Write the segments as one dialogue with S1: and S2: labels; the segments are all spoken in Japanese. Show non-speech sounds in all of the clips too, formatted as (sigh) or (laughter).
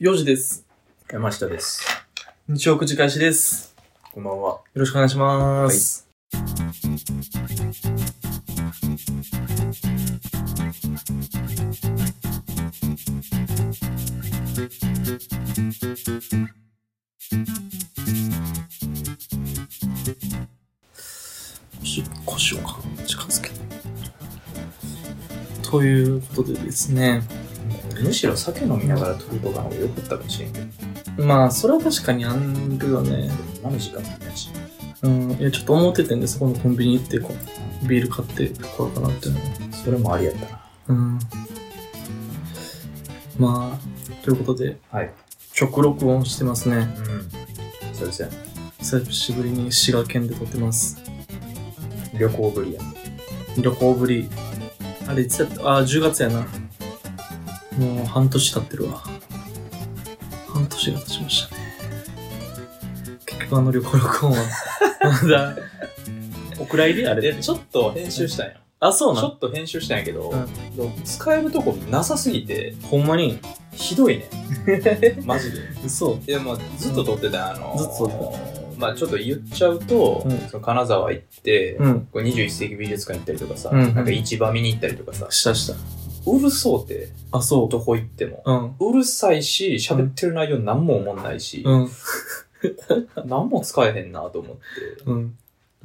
S1: 4時です。
S2: 山下です。
S1: 日曜くじ開始です。
S2: こんばんは。
S1: よろしくお願いします。
S2: 腰、腰を近づけ
S1: ということでですね。
S2: むしろ酒飲みながら撮るとかの方が良かったかもしれんけど、
S1: まあ、それは確かにあんけどね。
S2: 今の時間もないし。
S1: うん、いや、ちょっと思っててんで、そこのコンビニ行って、こう、ビール買ってこようかなっていうのは
S2: それもありやったな。
S1: うん。まあ、ということで、
S2: はい。
S1: 曲録音してますね。
S2: うん。そうですね。
S1: 久しぶりに滋賀県で撮ってます。
S2: 旅行ぶりや。
S1: 旅行ぶり。あれ、いつやったあ、10月やな。もう半年経ってるわ。半年が経ちましたね。結局あの旅行録音は、 (laughs) まだ、お蔵入りあれ。
S2: で、ちょっと編集したんや。
S1: あ、そう
S2: ちょ
S1: な。
S2: っと編集したんやけど、
S1: うん
S2: でも使えるとこなさすぎて、
S1: ほんまに。
S2: ひどい (laughs) ね。マジで。
S1: 嘘。
S2: でも、ずっと撮ってた、あのー
S1: ずっと撮
S2: まあちょっと言っちゃうと、
S1: うん
S2: その金沢行って、
S1: うん。
S2: こう21世紀美術館行ったりとかさ、
S1: うんうん
S2: なんか市場見に行ったりとかさ、
S1: したした。
S2: うるそうて、
S1: あ、そ
S2: どこ行っても。
S1: う。うん。
S2: うるさいし、喋ってる内容何も思んないし、
S1: うん。
S2: 何も使えへんなと思って、
S1: うん。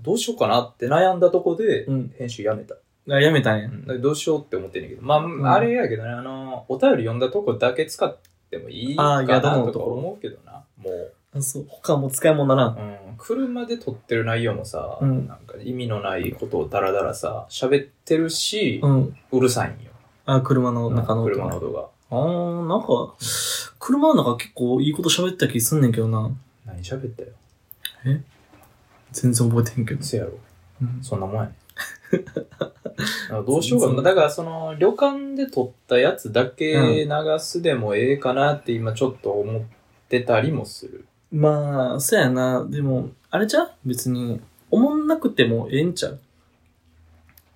S2: どうしようかなって悩んだとこで、
S1: うん。
S2: 編集やめた。
S1: あ、やめたんや
S2: う。んだからどうしようって思ってんねんけど、まあ、
S1: ん
S2: あれやけどね、あの、お便り読んだとこだけ使ってもいい
S1: あ
S2: か
S1: ー
S2: な
S1: 宿の
S2: と
S1: と
S2: か
S1: ころ
S2: 思うけどな。もう、
S1: あ、そう。他もう使い物ならん。
S2: うん、車で撮ってる内容もさ、
S1: うん
S2: なんか意味のないことをダラダラさ、喋ってるし、
S1: うん。
S2: うるさいんよ。
S1: あ、車の中の音
S2: 車
S1: が
S2: の。音が。
S1: あー、なんか、車の中結構いいこと喋った気すんねんけどな。
S2: 何喋ったよ。
S1: 全然覚えてへんけど。
S2: せやろ。
S1: うん
S2: そんなもんやね。 (laughs) なんかどうしようかな。だからその旅館で撮ったやつだけ流すでもええかなって今ちょっと思ってたりもする。
S1: まあ、そやな。でも、あれじゃう別に、おもんなくてもええんちゃう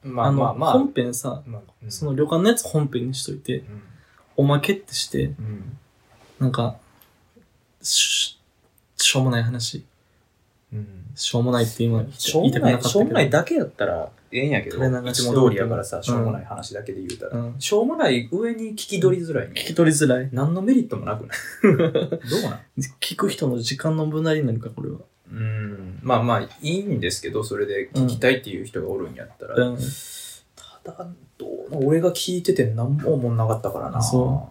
S2: まあ
S1: の、
S2: まあまあ。
S1: 本編さ、
S2: まあうん
S1: その旅館のやつ本編にしといて、
S2: うん
S1: おまけってして、
S2: うん
S1: なんか、ししょうもない話。
S2: うん
S1: しょうもないって今、
S2: しょう
S1: 言い
S2: も
S1: たくなか
S2: な
S1: っ
S2: い、
S1: た
S2: し
S1: け
S2: ょ
S1: ど。
S2: うもないだけやったらええんやけど、
S1: 垂れ流
S2: い
S1: し
S2: つ
S1: と
S2: も
S1: る
S2: 通りやからさ、
S1: ん
S2: しょうもない話だけで言うた
S1: う
S2: ら、
S1: ん。聞
S2: しょうもない上に聞き取りづらいね。
S1: き取りづらい。
S2: 何のメリットもなくない
S1: (laughs)
S2: どうなん
S1: 聞く人の時間の無駄になるか、これは。
S2: うん、まあまあいいんですけど、それで聞きたいっていう人がおるんやったら、
S1: うん。
S2: ただどうも俺が聞いてて何も思んなかったからな
S1: そ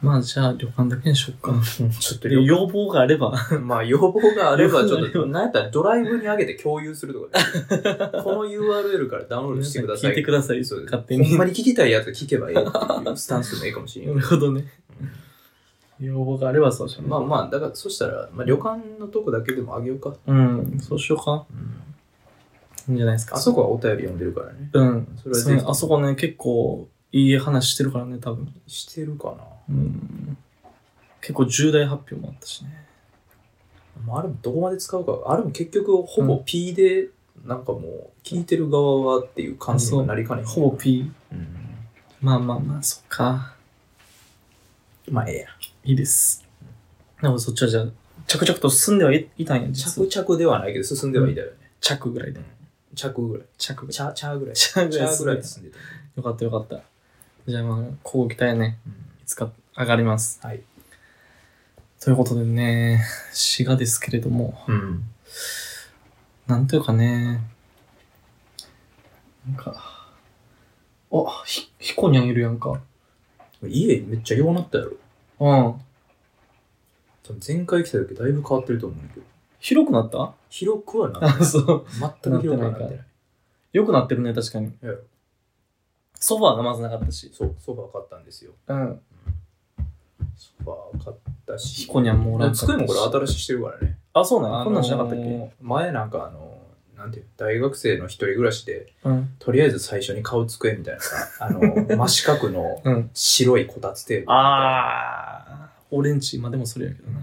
S1: まあ、じゃあ、旅館だけにしよっか。
S2: うんちょっと
S1: で
S2: よ
S1: 要望があれば。
S2: まあ要望があればち
S1: 要望
S2: ょっ
S1: があれば
S2: と何やったらドライブに上げて共有するとかねこの URL からダウンロードしてください
S1: 聞いてください。
S2: そう
S1: 勝手に。
S2: ほんまに聞きたいやつ聞けばいいっていうスタンスでもいいかもしれ
S1: な
S2: ん
S1: る
S2: け
S1: ほどね。要望があればそうしよ
S2: ど
S1: う。
S2: (laughs) まあまあだからそしたら、まあ、旅館のとこだけでもあげようか、
S1: うん、そうしようか。いいんじゃないですか。
S2: あそこはお便り読んでるからね
S1: うん。
S2: それは
S1: そうね
S2: ぜひ
S1: あそこね、結構いい話してるからね、多分。
S2: してるかな
S1: うん。結構重大発表もあったしね。
S2: まあ、あれもどこまで使うか、あれも結局ほぼ P で、なんかもう、聞いてる側はっていう感じになりかねん
S1: ほぼ P。
S2: うん
S1: まあまあまあ、そっか。
S2: まあ、ええやん。
S1: いいです。でもそっちはじゃあ、着々と進んではいいたんや、実は。
S2: 着々ではないけど、進んではいたよね。
S1: 着ぐらいで。
S2: 着ぐらい。
S1: 着ぐらい。
S2: チャー、チャーぐらい。
S1: 着ぐ
S2: チ
S1: ら
S2: ャ
S1: い
S2: ー
S1: 進
S2: ぐ
S1: んで
S2: ら
S1: た
S2: い進んでた。
S1: よかったよかった。じゃあまあ、こう期待ね。いつか上がります。
S2: はい。
S1: ということでね、滋賀ですけれども、
S2: うん。
S1: なんというかね、なんか、あ、ひ、ひこにゃんいるやんか。
S2: 家めっちゃ弱なったやろ。
S1: うん。
S2: 多分前回来た時だいぶ変わってると思うんだけど。
S1: 広くなった
S2: 広くはなって
S1: あ、そう。
S2: ない。全く広くはなって
S1: なって
S2: ない。
S1: 良くなってるね、確かに
S2: うん。
S1: ソファーがまずなかったし。
S2: そう、ソファー買ったんですよ。
S1: うん。
S2: ソファー買ったし。
S1: ひこにゃんもおらんかったし
S2: 机もこれ新しいしてるからね。
S1: あ、そうなんや
S2: あのー
S1: こんなんしなかったっけ
S2: 前なんかあのーなんていうの大学生の一人暮らしで
S1: うん。
S2: とりあえず最初に買う机みた
S1: (laughs)
S2: いなさあのー真四角の
S1: うん。
S2: 白いこたつテーブルみたいな
S1: あー。オレンジ、まあでもそれやけどな。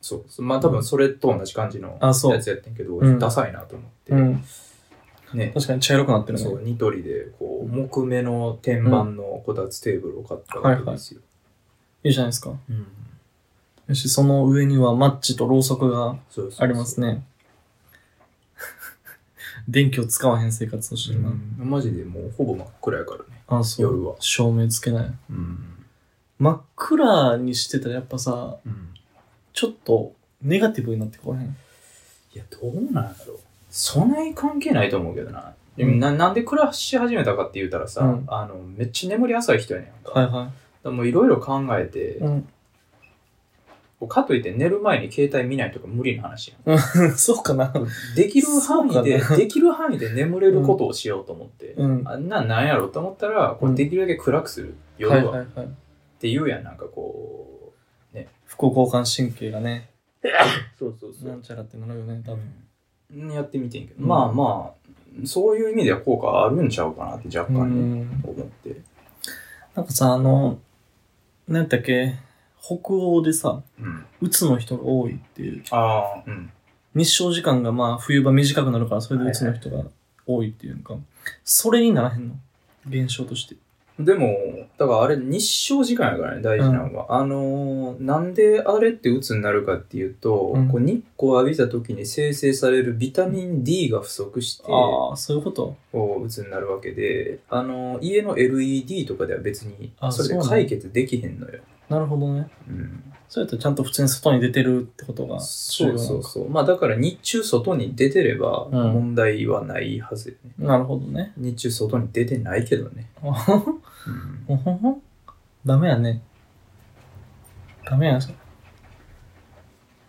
S2: そうそまあ多分それと同じ感じの
S1: あそう
S2: やつやってんけど、
S1: うん
S2: ダサいなと思って、
S1: うん。
S2: ね
S1: 確かに茶色くなってるね。
S2: そうニトリでこう木目の天板のこたつテーブルを買ったわけですよ、
S1: いいじゃないですか。
S2: うん。
S1: よし、その上にはマッチとろうそくが
S2: そうそうそう
S1: あります。 (laughs) ね。電気を使わへん生活をして
S2: う
S1: るな。
S2: ん、マジでもうほぼ真っ暗やからね。
S1: あ、そう。
S2: 夜は
S1: 照明つけない。
S2: うん。
S1: 真っ暗にしてたらやっぱさ、
S2: うん。
S1: ちょっとネガティブになってこらへん。
S2: いや、どうなんやろう。そない関係ないと思うけどな。
S1: うん
S2: ななんで暮らし始めたかって言うたらさ、
S1: うん
S2: あの、めっちゃ眠り浅い人やねんか。
S1: はいは
S2: だからもういろいろ考えて、
S1: い。うん。 (laughs)
S2: こうかといって寝る前に携帯見ないとか無理な話やん。
S1: そうかな。
S2: できる範囲で
S1: そうか、
S2: (laughs) できる範囲で眠れることをしようと思って。
S1: うん。は
S2: あんなんなんやろと思ったら、こ
S1: う
S2: うんできるだけ暗くする。
S1: い
S2: 夜
S1: はい
S2: は。
S1: は
S2: っ
S1: い。
S2: て言うやん、なんかこ
S1: 副交感神経がね、
S2: う。そうそうそ
S1: なんちゃらってなるよね、多分。
S2: ん。やってみてんけど、
S1: うん
S2: まあまあ、そういう意味では効果あるんちゃうかなって若
S1: う
S2: 干ね、
S1: ん。
S2: 思って。
S1: なんかさ、あの、なんだっけ、北欧でさ、
S2: うん。
S1: 鬱の人が多いっていう。
S2: ああ、うん。
S1: 日照時間がまあ冬場短くなるから、それで鬱の人が多いっていうか、それにならへんの現象として。
S2: でも、だからあれ日照時間やからね、大事なのは。あのーなんであれって鬱になるかっていうと、
S1: うん
S2: こう日光浴びた時に生成されるビタミン D が不足して、
S1: ああ、そういうこと
S2: こう鬱になるわけで、あのー家の LED とかでは別に
S1: あ、
S2: それで
S1: そうなん
S2: 解決できへんのよ。
S1: なるほどね。
S2: うん、
S1: そうやったらちゃんと普通に外に出てるってことが重
S2: そ
S1: 要
S2: う
S1: なのか
S2: そうそう。まあだから日中外に出てれば
S1: うん
S2: 問題はないはず、ね
S1: なるほどね。 (laughs)
S2: 日中外に出てないけどね。
S1: おほほ
S2: うん
S1: おほほダメやね。ダメやそれ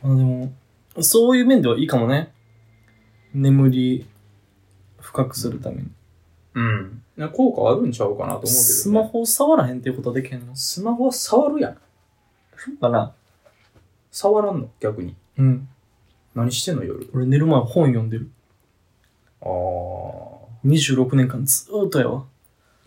S1: あでも、そういう面ではいいかもね。眠り深くするために。
S2: うん。なんか効果あるんちゃうかなと思うけど、ね。
S1: スマホ触らへんっていうことはできへんの
S2: スマホは触るやん。
S1: そうかな
S2: 触らんの逆に。
S1: うん。
S2: 何してんの夜。
S1: 俺寝る前本読んでる。
S2: ああ。そ
S1: 26年間ずーっとやわ。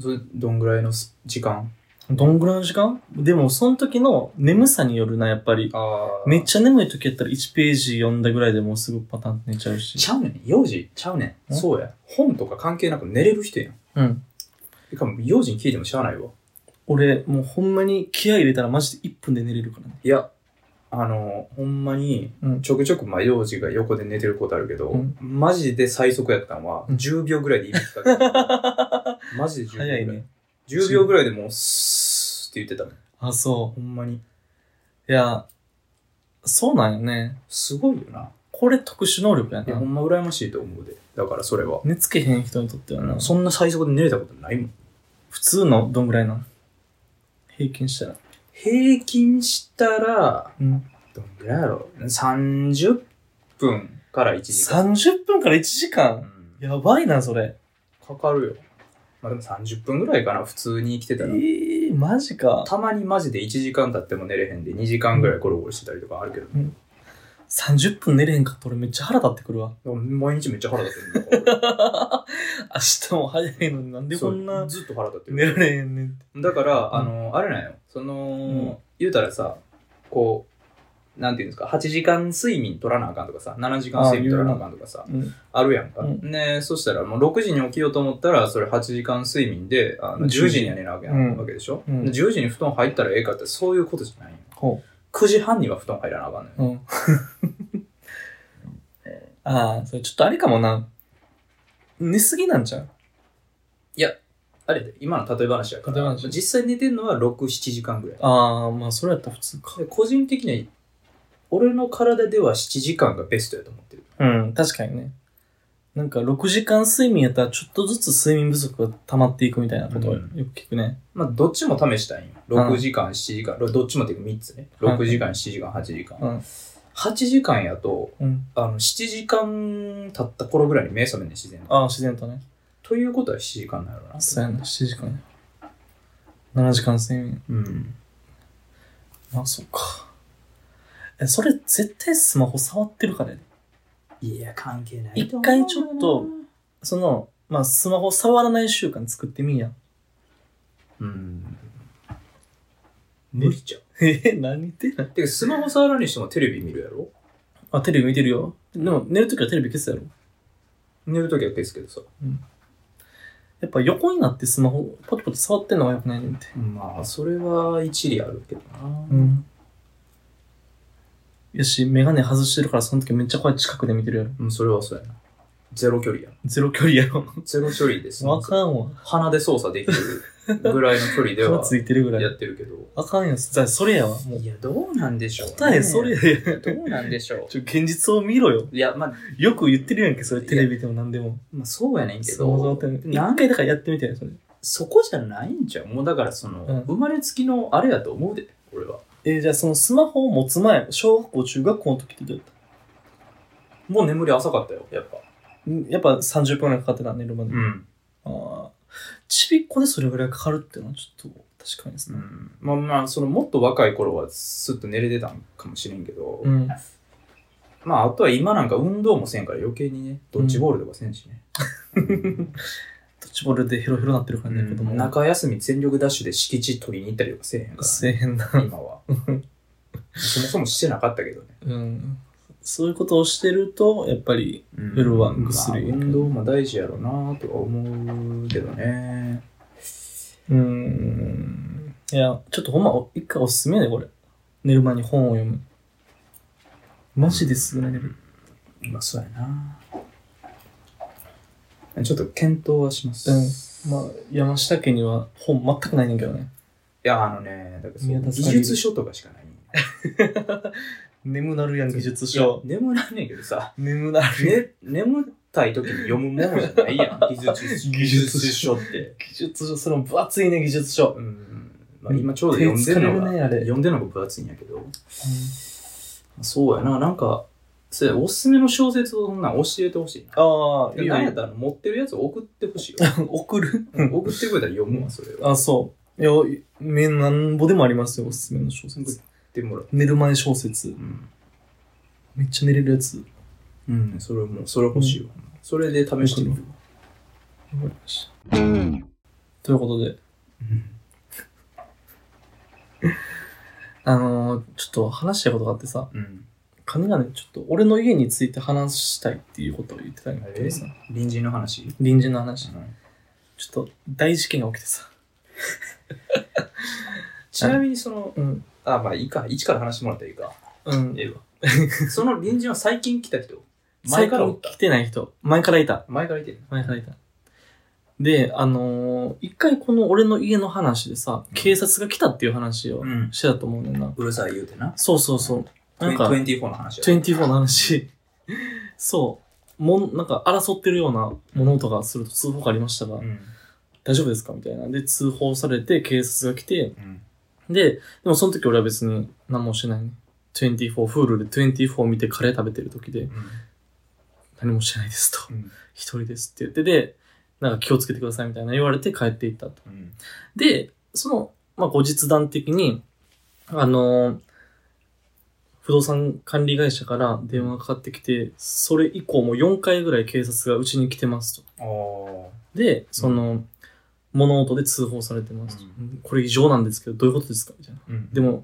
S2: れ、どんぐらいのす時間
S1: どんぐらいの時間でも、その時の眠さによるな、やっぱり。
S2: あ
S1: めっ
S2: ち
S1: ちゃ眠い時やったら1ページ読んだぐらいでもうすぐパターンって寝ちゃう
S2: ゃ。
S1: し。
S2: ちゃうねん。4時ちゃうねん。
S1: ん
S2: そうや。本とか関係なく寝れる人やん。
S1: うん。
S2: てかもう4時に聞いてもしゃあないわ。
S1: 俺、もうほんまに気合い入れたらマジで1分で寝れるからね。
S2: いや、あの、ほんまに、
S1: うん
S2: ちょくちょく、まあ、幼児が横で寝てることあるけど、
S1: うん
S2: マジで最速やったんは、
S1: うん
S2: 10秒ぐらいでいびきかけてた
S1: (laughs)
S2: マジで10秒ぐら
S1: 早
S2: い。
S1: いね。
S2: 10秒ぐらいでもう、スーって言ってたもん。
S1: あ、そ
S2: ほんまに。
S1: う。いや、そうなんよね。
S2: すごいよな。
S1: これ特殊能力や
S2: いや、
S1: な
S2: ほ。んま羨ましいと思うで。だから、それは。
S1: 寝つけへん人にとってはな。
S2: そんな最速で寝れたことないもん。
S1: 普通のどんぐらいなん平均したら。
S2: 平均したら、
S1: うん。
S2: どんぐらいやろ ?30 分から1時間。
S1: 30分から1時
S2: う
S1: 間
S2: ん
S1: やばいな、それ。
S2: かかるよ。まあでも30分ぐらいかな、普通に生きて
S1: え
S2: たら。
S1: ー、マジか。
S2: たまにマジで1時間経っても寝れへんで、2時間ぐらいゴロゴロしてたりとかあるけど、
S1: 30分寝れへんかったら俺めっちゃ腹立ってくるわ。 (laughs)
S2: 毎日めっちゃ腹立って (laughs) るんだか
S1: 明日も早いのになんで
S2: ら。
S1: こん
S2: そう
S1: な
S2: ずっと腹立って
S1: 寝ら
S2: る。
S1: れへんねんって。
S2: だから、
S1: うん
S2: あの、あれなんよ。その、
S1: ん
S2: 言うたらさ、こう、なんていうんですか、8時間睡眠取らなあかんとかさ、7時間睡眠取らなあかんとかさ、
S1: うん。
S2: あるやんか。
S1: うん
S2: ねそしたらもう6時に起きようと思ったら、それ8時間睡眠で、あの
S1: 10
S2: 10時には寝なあかん
S1: うん
S2: わけでしょ、
S1: うん
S2: で ?10 時に布団入ったらええかってそういうことじゃないよ。
S1: ほ
S2: 9時半には布団入らなあかんのよ。
S1: う。うん。 (laughs) ああ、それちょっとあれかもな。寝すぎなんちゃう
S2: あれやで今の例え話やから、
S1: 例え話
S2: 実際寝てんのは6、7時間ぐらい。
S1: ああ、まあそれやったら普通か。
S2: で個人的には、俺の体では7時間がベストやと思ってる。
S1: うん、確かにね。なんか6時間睡眠やったらちょっとずつ睡眠不足が溜まっていくみたいなことをよ
S2: うん
S1: く聞くね。
S2: まあ、どっちも試したいんよ。
S1: うん
S2: 6時間、7時間、どっちもっていうか3つね。
S1: はい
S2: 6時間、7時間、8時間。
S1: うん。
S2: 8時間やと、
S1: うん。
S2: あの、7時間経った頃ぐらいに目覚めんねん自然に。
S1: ああ、自然とね。
S2: ということは7時間なのな。
S1: そうやな、7時間ね。7時間睡眠。
S2: うん。
S1: あ、そっか。え、それ絶対スマホ触ってるからやで。
S2: いや、関係ない
S1: と思うな一回ちょっと、その、まあスマホ触らない習慣作ってみんや。 (laughs)
S2: うん。無理じゃん。
S1: えー、何言ってんの
S2: てか、スマホ触らんにしてもテレビ見るやろ
S1: あ、テレビ見てるよ。でも寝るときはテレビ消すやろ。
S2: 寝るときは消すけどさ。
S1: やっぱ横になってスマホパチパチ触ってんのが良くないねんて。
S2: まあ、それは一理あるけどな。
S1: うん。やし、メガネ外してるからその時めっちゃこうやって近くで見てるやろ。
S2: うん、それはそうやな。ゼロ距離や
S1: ゼロ距離やろ。
S2: な。ゼロ距離です。
S1: わかんわ。
S2: 鼻で操作できるぐらいの距離で
S1: 鼻
S2: は
S1: ついてるぐら
S2: や
S1: い。
S2: ってるけど。
S1: あかんよ。じゃあそれやわ。もう
S2: いや、どうなんでしょう、ね。
S1: 答えそれ。や。
S2: どうなんでしょ
S1: ちょ、現実を見ろよ。
S2: う。いや、まあ、
S1: よく言ってるやんけ、それテレビでも何でも。
S2: まあ、そうやねんけ
S1: そもそも
S2: ど
S1: って。一
S2: なん
S1: 回だからやってみてよ、それ。
S2: そこじゃないんじゃん。もうだからその、
S1: うん
S2: 生まれつきのあれやと思うで、俺は。
S1: えーじゃあそのスマホを持つ前、小学校、中学校の時ってどうやっ
S2: もう眠り浅かったよ、やっぱ。
S1: たんやっぱ30分ぐらいかかってた、寝るまで。
S2: ん。
S1: ああちびっこでそれぐらいかかるっていうのはちょっと確かにです
S2: う
S1: ね。
S2: ん、まあまあ、そのもっと若い頃はスッと寝れてたんかもしれんけど、
S1: うん。
S2: まああとは今なんか運動もせんから余計にね、ドッジボールとかせん
S1: (laughs)
S2: しね。
S1: ドッジボールでヘロヘロなってる感じだけども。
S2: うん中休み全力ダッシュで敷地取りに行ったりとかせえへんか
S1: せえへんな。
S2: ら、今は。そもそもしてなかったけどね。
S1: うん。そういうことをしてると、やっぱり、
S2: うん
S1: 夜はぐっすり
S2: まあ運動も大事やろうなとは思うけどね。
S1: うーん。いや、ちょっとほんま、お一回おすすめやね、これ。寝る前に本を読む。マジですぐ寝れる。
S2: まあそうやな。ちょっと検討はします。
S1: うん
S2: い
S1: まあ、山下家には本全くないねんけどね。
S2: や、あのね、だからそう
S1: 宮田
S2: 技
S1: さん
S2: 術書とかしかない。
S1: 眠なるやん、技術書。
S2: いや眠らんねんけどさ、
S1: 眠なるやん。
S2: ね、眠たい時に読むものじゃないやん、技術
S1: (laughs)
S2: 書。
S1: 技術
S2: 書って。
S1: 技術書、それも分厚いね、技術書。
S2: うん。まあ、今ちょうど読んでるの
S1: 手疲
S2: が、
S1: れるねあれ
S2: 読んでるのが分厚いんやけど。そうやな、なんか、そうやおすすめの小説をそんなん教えてほしいな。
S1: ああ、いいよ
S2: 何やったら持ってるやつを送ってほしいよ。
S1: 送る
S2: うん (laughs) 送ってくれたら読むわ、それを。
S1: あ、そう。いや、め、なんぼでもありますよ、おすすめの小
S2: 送っ
S1: 説。
S2: てもらう。
S1: 寝る前小説
S2: う。ん。
S1: めっちゃ寝れるやつ。
S2: うん、それも、それ欲しいわ。それで試してみるわ。
S1: わかりました。ということで、あのー、ちょっと話したいことがあってさ、
S2: うん。
S1: 金がね、ちょっと俺の家について話したいっていうことを言ってたんだけどさ、
S2: 隣人の話。
S1: 隣人の話。ちょっと大事件が起きてさ。
S2: ちなみにその、
S1: うん。
S2: あ、まあいいか、一から話してもらったらいいか。
S1: うん。
S2: ええわ。
S1: (laughs)
S2: その隣人は最近来た人前
S1: 前
S2: か
S1: からら
S2: おった
S1: 来てない人。前からいた。
S2: 前からいてる
S1: 前からいた。で、あのー、一回この俺の家の話でさ、警察が来たっていう話を
S2: ん。
S1: してたと思うねんな。
S2: うるさい言うてな。
S1: そうそうそう。なんか、
S2: 24の話や。
S1: 24の話、そう、もん、なんか争ってるような物音がすると通報がありましたが、
S2: うん。
S1: 大丈夫ですかみたいな。で、通報されて、警察が来て、
S2: うん。
S1: で、でもその時俺は別に何もしてないね。24、フールで24見てカレー食べてる時で、何もしてないですと。
S2: うん。
S1: 一人ですって言って、で、なんか気をつけてくださいみたいな言われて帰っていったと。
S2: うん。
S1: で、その、まあ、後日談的に、あのー不動産管理会社から電話がかかってきて、それ以降も4回ぐらい警察がうちに来てますと。
S2: ああ。
S1: で、その、物音で通報されてますと、
S2: う
S1: これ異常なんですけど、どういうことですかみたいな。
S2: うん
S1: でも、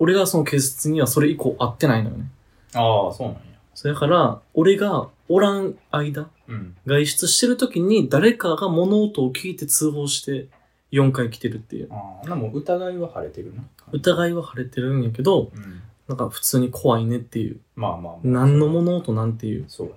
S1: 俺がその警察にはそれ以降会ってないのよね。
S2: ああ、そうなんや。
S1: それから、俺がおらん間、
S2: うん。
S1: 外出してる時に誰かが物音を聞いて通報して4回来てるっていう。
S2: ああ、でも疑いは晴れてるな。
S1: 疑いは晴れてるんやけど、
S2: うん。
S1: なんか普通に怖いねっていう、
S2: まあまあまあ。
S1: 何の物音なんていう
S2: そうや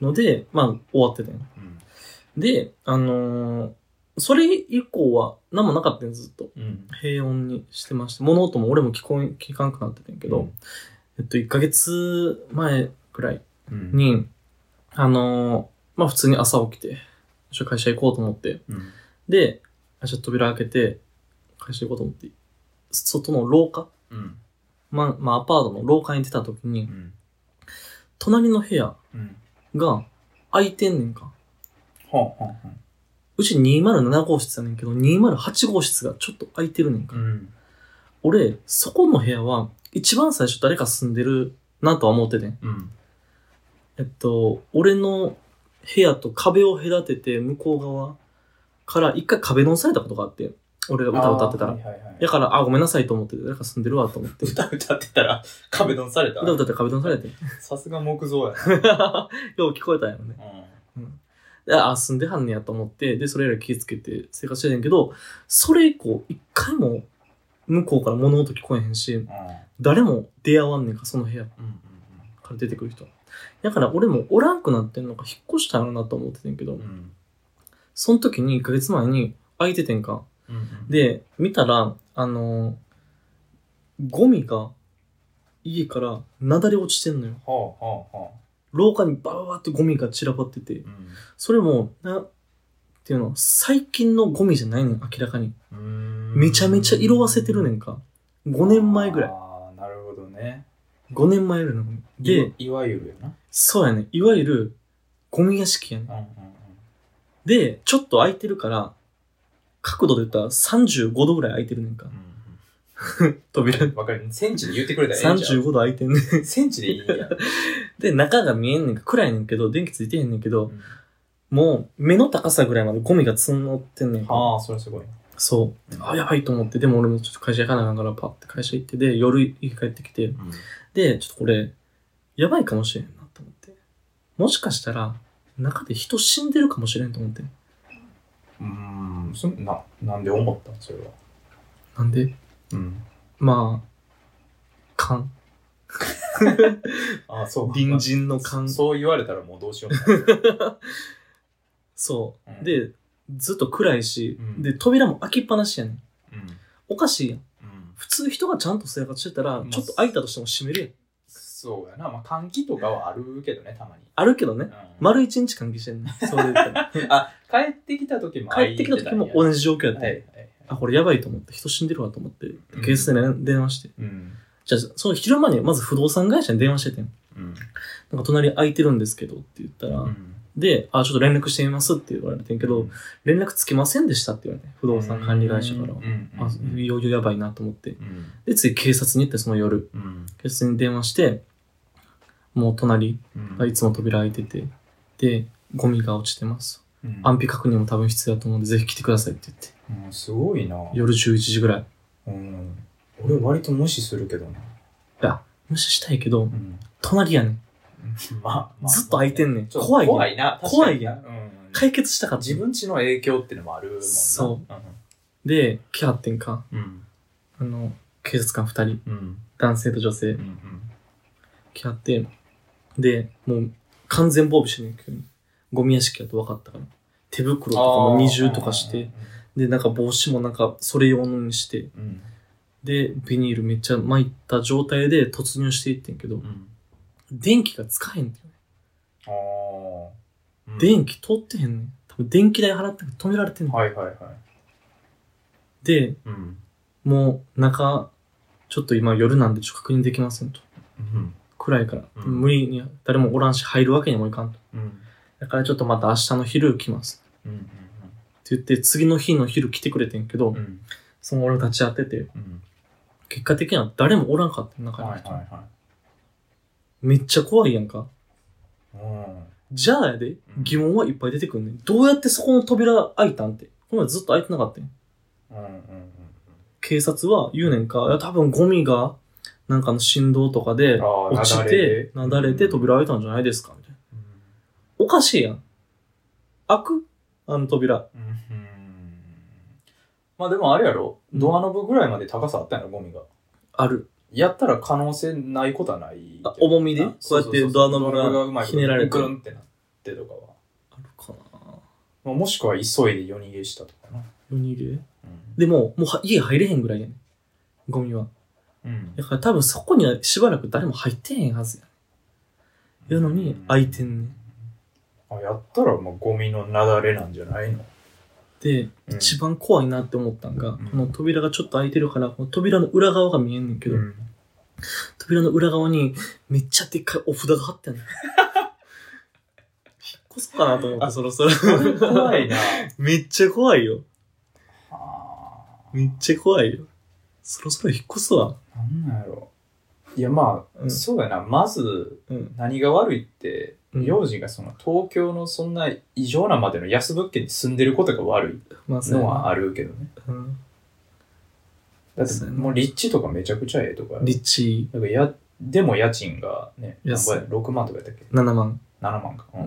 S2: な。
S1: ので、まあ終わってたよ。
S2: うん。
S1: で、あのーそれ以降は何もなかったんずっと。
S2: うん。
S1: 平穏にしてまして、物音も俺も聞こえ、聞かんくなってたんやけど、
S2: うん
S1: えっと、1ヶ月前くらい
S2: うん。
S1: に、あのーまあ普通に朝起きて、一緒に会社行こうと思って、
S2: うん。
S1: で、会社扉開けて、会社行こうと思って、外の廊下、
S2: うん。
S1: まあ、まあアパートの廊下に出た時に
S2: う、ん。
S1: 隣の部屋、
S2: うん。
S1: が空いてんねんか。
S2: はんはんはん。
S1: うち207号室やねんけど、208号室がちょっと空いてるねんか。
S2: うん。
S1: 俺、そこの部屋は、一番最初誰か住んでるなとは思っててん。
S2: うん。
S1: えっと、俺の部屋と壁を隔てて、向こう側から一回壁ドンされたことがあって、俺が歌歌ってた
S2: あ
S1: ら
S2: ー。はいはいはい
S1: だから、あ、ごめんなさいと思って、誰か住んでるわと思って。
S2: 歌歌ってたら壁ドンされた
S1: (laughs) 歌歌って壁ドンされてん。よ
S2: さすが木造や
S1: う聞こえたんやろね。
S2: な。
S1: であ、住んではんねやと思って、で、それ以来気ぃつけて生活してたんやけど、それ以降、一回も向こうから物音聞こえへんし、誰も出会わんねんか、その部屋
S2: うんうん
S1: から出てくる人。だから俺もおらんくなってんのか、引っ越したんやろなと思っててんけど、
S2: うんうん
S1: その時に1ヶ月前に空いててんか。
S2: うん
S1: で、見たら、あのーゴミが家からなだれ落ちてんのよ。
S2: ほうほうほ
S1: 廊下にバーってゴミが散らばってて
S2: う。う、ん
S1: それも、な、っていうの、最近のゴミじゃないねん、明らかに。
S2: うーん
S1: めちゃめちゃ色あせてるねんか。5年前ぐらい。
S2: ああなるほどね
S1: 5年前ぐらいのゴミ。で、
S2: いいわゆるや
S1: そうやね。いわゆる、ゴミ屋敷やね。
S2: なうんうん
S1: で、ちょっと空いてるから、角度で言ったら35度ぐらい空いてるねんか
S2: うん。う
S1: 扉。
S2: んわかるセンチで言ってくれたらええじゃ
S1: 35度空いてんねん。 (laughs)
S2: んセンチでいいやん
S1: で、中が見えんねんか。暗いねんけど、電気ついてへんねんけど
S2: う、ん
S1: もう、目の高さぐらいまでゴミが募ってんねんか。
S2: ああそれすごい
S1: そう。あ、やばいと思って、でも俺もちょっと会社行かなあかんから、パッて会社行って、で、夜家帰ってきて、で、ちょっとこれ、やばいかもしれんなと思って。もしかしたら、中で人死んでるかもしれんと思って。
S2: うんうんそんななんで思ったんそれは
S1: なんで
S2: うん
S1: まあ、勘。
S2: ああそうか
S1: 隣人の勘。そ
S2: そう言われたらもうどうしようもない
S1: (laughs)
S2: う
S1: う。
S2: ん
S1: で、ずっと暗いし、
S2: うん
S1: で、扉も開きっぱなしやねん。
S2: うん
S1: おかしいやん。
S2: うん
S1: 普通人がちゃんと生活してたら
S2: ま、あ
S1: ちょっと開いたとしても閉めるやん。
S2: そうやなまあ換気とかはあるけどねたまに
S1: あるけどね。
S2: うん
S1: 丸一日換気してんねん。それで言った
S2: (laughs)
S1: ら
S2: あ帰ってきた時も
S1: 帰ってきた時も同じ状況や
S2: じ
S1: った
S2: は
S1: ん
S2: い
S1: や
S2: はいはい
S1: あ、これやばいと思って、人死んでるわと思って、警察に電話して。
S2: うん
S1: じゃあ、その昼間にまず不動産会社に電話しててん。
S2: うん
S1: なんか隣空いてるんですけどって言ったら、
S2: うん
S1: で、あ、ちょっと連絡してみますって言われてんけど、連絡つきませんでしたって言われて、不動産管理会社からは
S2: う。ん
S1: あ、いよいよやばいなと思って。
S2: うん
S1: で、次警察に行って、その夜、
S2: うん
S1: 警察に電話して、もう隣
S2: うん
S1: がいつも扉開いてて、で、ゴミが落ちてます。
S2: うん
S1: 安否確認も多分必要だと思うんで、ぜひ来てくださいって言って。
S2: うんすごいな
S1: 夜11時ぐらい。
S2: うん俺割と無視するけどね
S1: 無視したいけど
S2: う、ん
S1: 隣やねん。
S2: まあ
S1: ずっと開いて
S2: ん
S1: んねん。
S2: ちょっと
S1: 怖いやん
S2: 怖いな確かに
S1: 怖いやん
S2: うん
S1: 解決したかった
S2: 自。分ちの影響ってのもあるもんな
S1: そで、来はってんか。
S2: うんうん
S1: あの、警察官2人、
S2: うん
S1: 男性と女
S2: う
S1: 性
S2: んうん
S1: 来はって、で、もう完全防備してんねん、急に。ゴミ屋敷やと分かったから。手袋とかも二重とかして、で、なんか帽子もなんかそれ用のにして、
S2: うん
S1: で、ビニールめっちゃ巻いた状態で突入していってんけど
S2: う、ん
S1: 電気がつかへんってね。
S2: あーうん
S1: 電気通ってへんねん。多分電気代払ってんから止められてんの。
S2: はいはいはい
S1: で、
S2: うん
S1: もう中、ちょっと今夜なんでちょっと確認できませんと。
S2: うん
S1: 暗いから、
S2: うん
S1: 無理に誰もおらんし入るわけにもいかんと。
S2: うん
S1: だからちょっとまた明日の昼来ます。
S2: うんうん
S1: って言って、次の日の昼来てくれてんけど、
S2: うん
S1: その俺立ち会ってて、
S2: うん
S1: 結果的には誰もおらんかった中に、
S2: はいはいは
S1: めっちゃ怖いやんか。
S2: いうん
S1: じゃあやで、疑問はいっぱい出てくるねん。どうやってそこの扉開いたんって。この前ずっと開いてなかったん
S2: うんうんうん
S1: 警察は言うねんか、いや多分ゴミが、なんかの振動とかで
S2: あ、ー
S1: 落ちて、な
S2: 雪
S1: だ
S2: 崩
S1: れ
S2: で
S1: て扉開いたんじゃないですかみたいな。おかしいやん。開くあの扉。
S2: うんうんまあでもあれやろドアノブぐらいまで高さあったんやろゴミが
S1: ある。
S2: やったら可能性ないことはないけど
S1: あ重みで
S2: な
S1: こうやってドアノブが
S2: そうそうそうドアノブうまいこ
S1: ひ
S2: と
S1: ねられて
S2: グルンってなってとかは、
S1: あるかな
S2: まあ、もしくは急いで夜逃げしたとかな
S1: 夜逃げ
S2: う
S1: でも、もうは家入れへんぐらいやねん。ゴミは。
S2: んうん
S1: だから多分そこにはしばらく誰も入ってへんはずやねん。やのに、開いてんねん。
S2: あやったらまあゴミの雪崩なんじゃないの
S1: で、
S2: うん
S1: 一番怖いなって思ったんが、
S2: うん
S1: この扉がちょっと開いてるから、この扉の裏側が見えんねんけど、扉の裏側にめっちゃでっかいお札が貼ってんね
S2: (laughs)
S1: ん。引っ越そうかなと思って、そろそろ。
S2: 怖いな
S1: (laughs) めっちゃ怖いよ。
S2: あ
S1: めっちゃ怖いよ。そろそろ引っ越すわ。
S2: ーなんなんやろいやまあ、
S1: うん
S2: そうやなまず
S1: うん。
S2: 何が悪いって、
S1: うん
S2: 幼児がその東京のそんな異常なまでの安物件に住んでることが悪
S1: まあ、
S2: い
S1: そうや
S2: の
S1: な
S2: はあるけどね。
S1: うん。
S2: だってもう立地とかめちゃくちゃええとかやろ。
S1: 立地
S2: だからやでも家賃がね、なんぼ
S1: 安い
S2: や6万とかやったっけ
S1: 7万。
S2: ?7 万か。うん。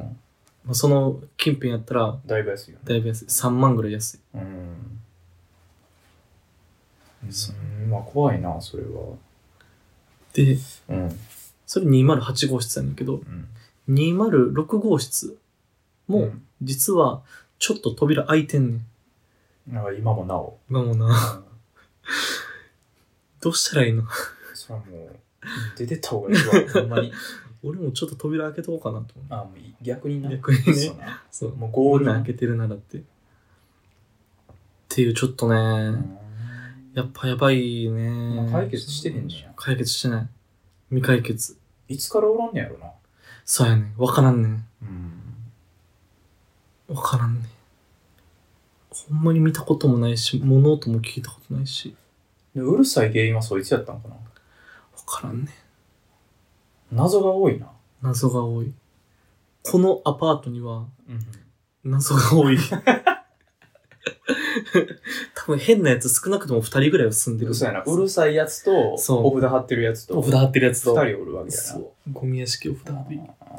S1: まあ、その近辺やったら、
S2: だいぶ安いよね。
S1: だいぶ安い。3万ぐらい安い。
S2: うん。
S1: そ
S2: うん、まあ怖いな、それは。
S1: で、
S2: うん。
S1: それ208号室やねんけど、206号室も、
S2: うん
S1: 実は、ちょっと扉開いてんねん。
S2: なんか今もなお。
S1: 今もな、 (laughs) どうしたらいいの
S2: それはもう、出てった方がいいわ。ほんまに。
S1: 俺もちょっと扉開けとこうかなと思
S2: あ、もうい逆にな。
S1: 逆にね
S2: そうな
S1: う。そう。
S2: もうゴール
S1: 俺
S2: な
S1: ら開けてるならって。っていう、ちょっとね、やっぱやばいね。
S2: まあ解決してへんねや
S1: 解決してない。未解決。
S2: いつからおらんねやろな。
S1: そうやねん。わからんねん。
S2: うん。
S1: わからんねん。ほんまに見たこともないし、物音も聞いたことないし、
S2: でうるさい原因はそいつやったんかな。
S1: わからんねん。
S2: 謎が多いな。
S1: 謎が多い。このアパートには
S2: うん。
S1: 謎が多い。多分変なやつ少なくとも二人ぐらいは住んで
S2: う
S1: る。
S2: るさいな。うるさいやつと、お札
S1: そう
S2: 張ってるやつと、
S1: お札貼ってるやつ
S2: 二
S1: と。
S2: 人おるわけや
S1: そう。ゴミ屋敷お札貼り。
S2: な。あー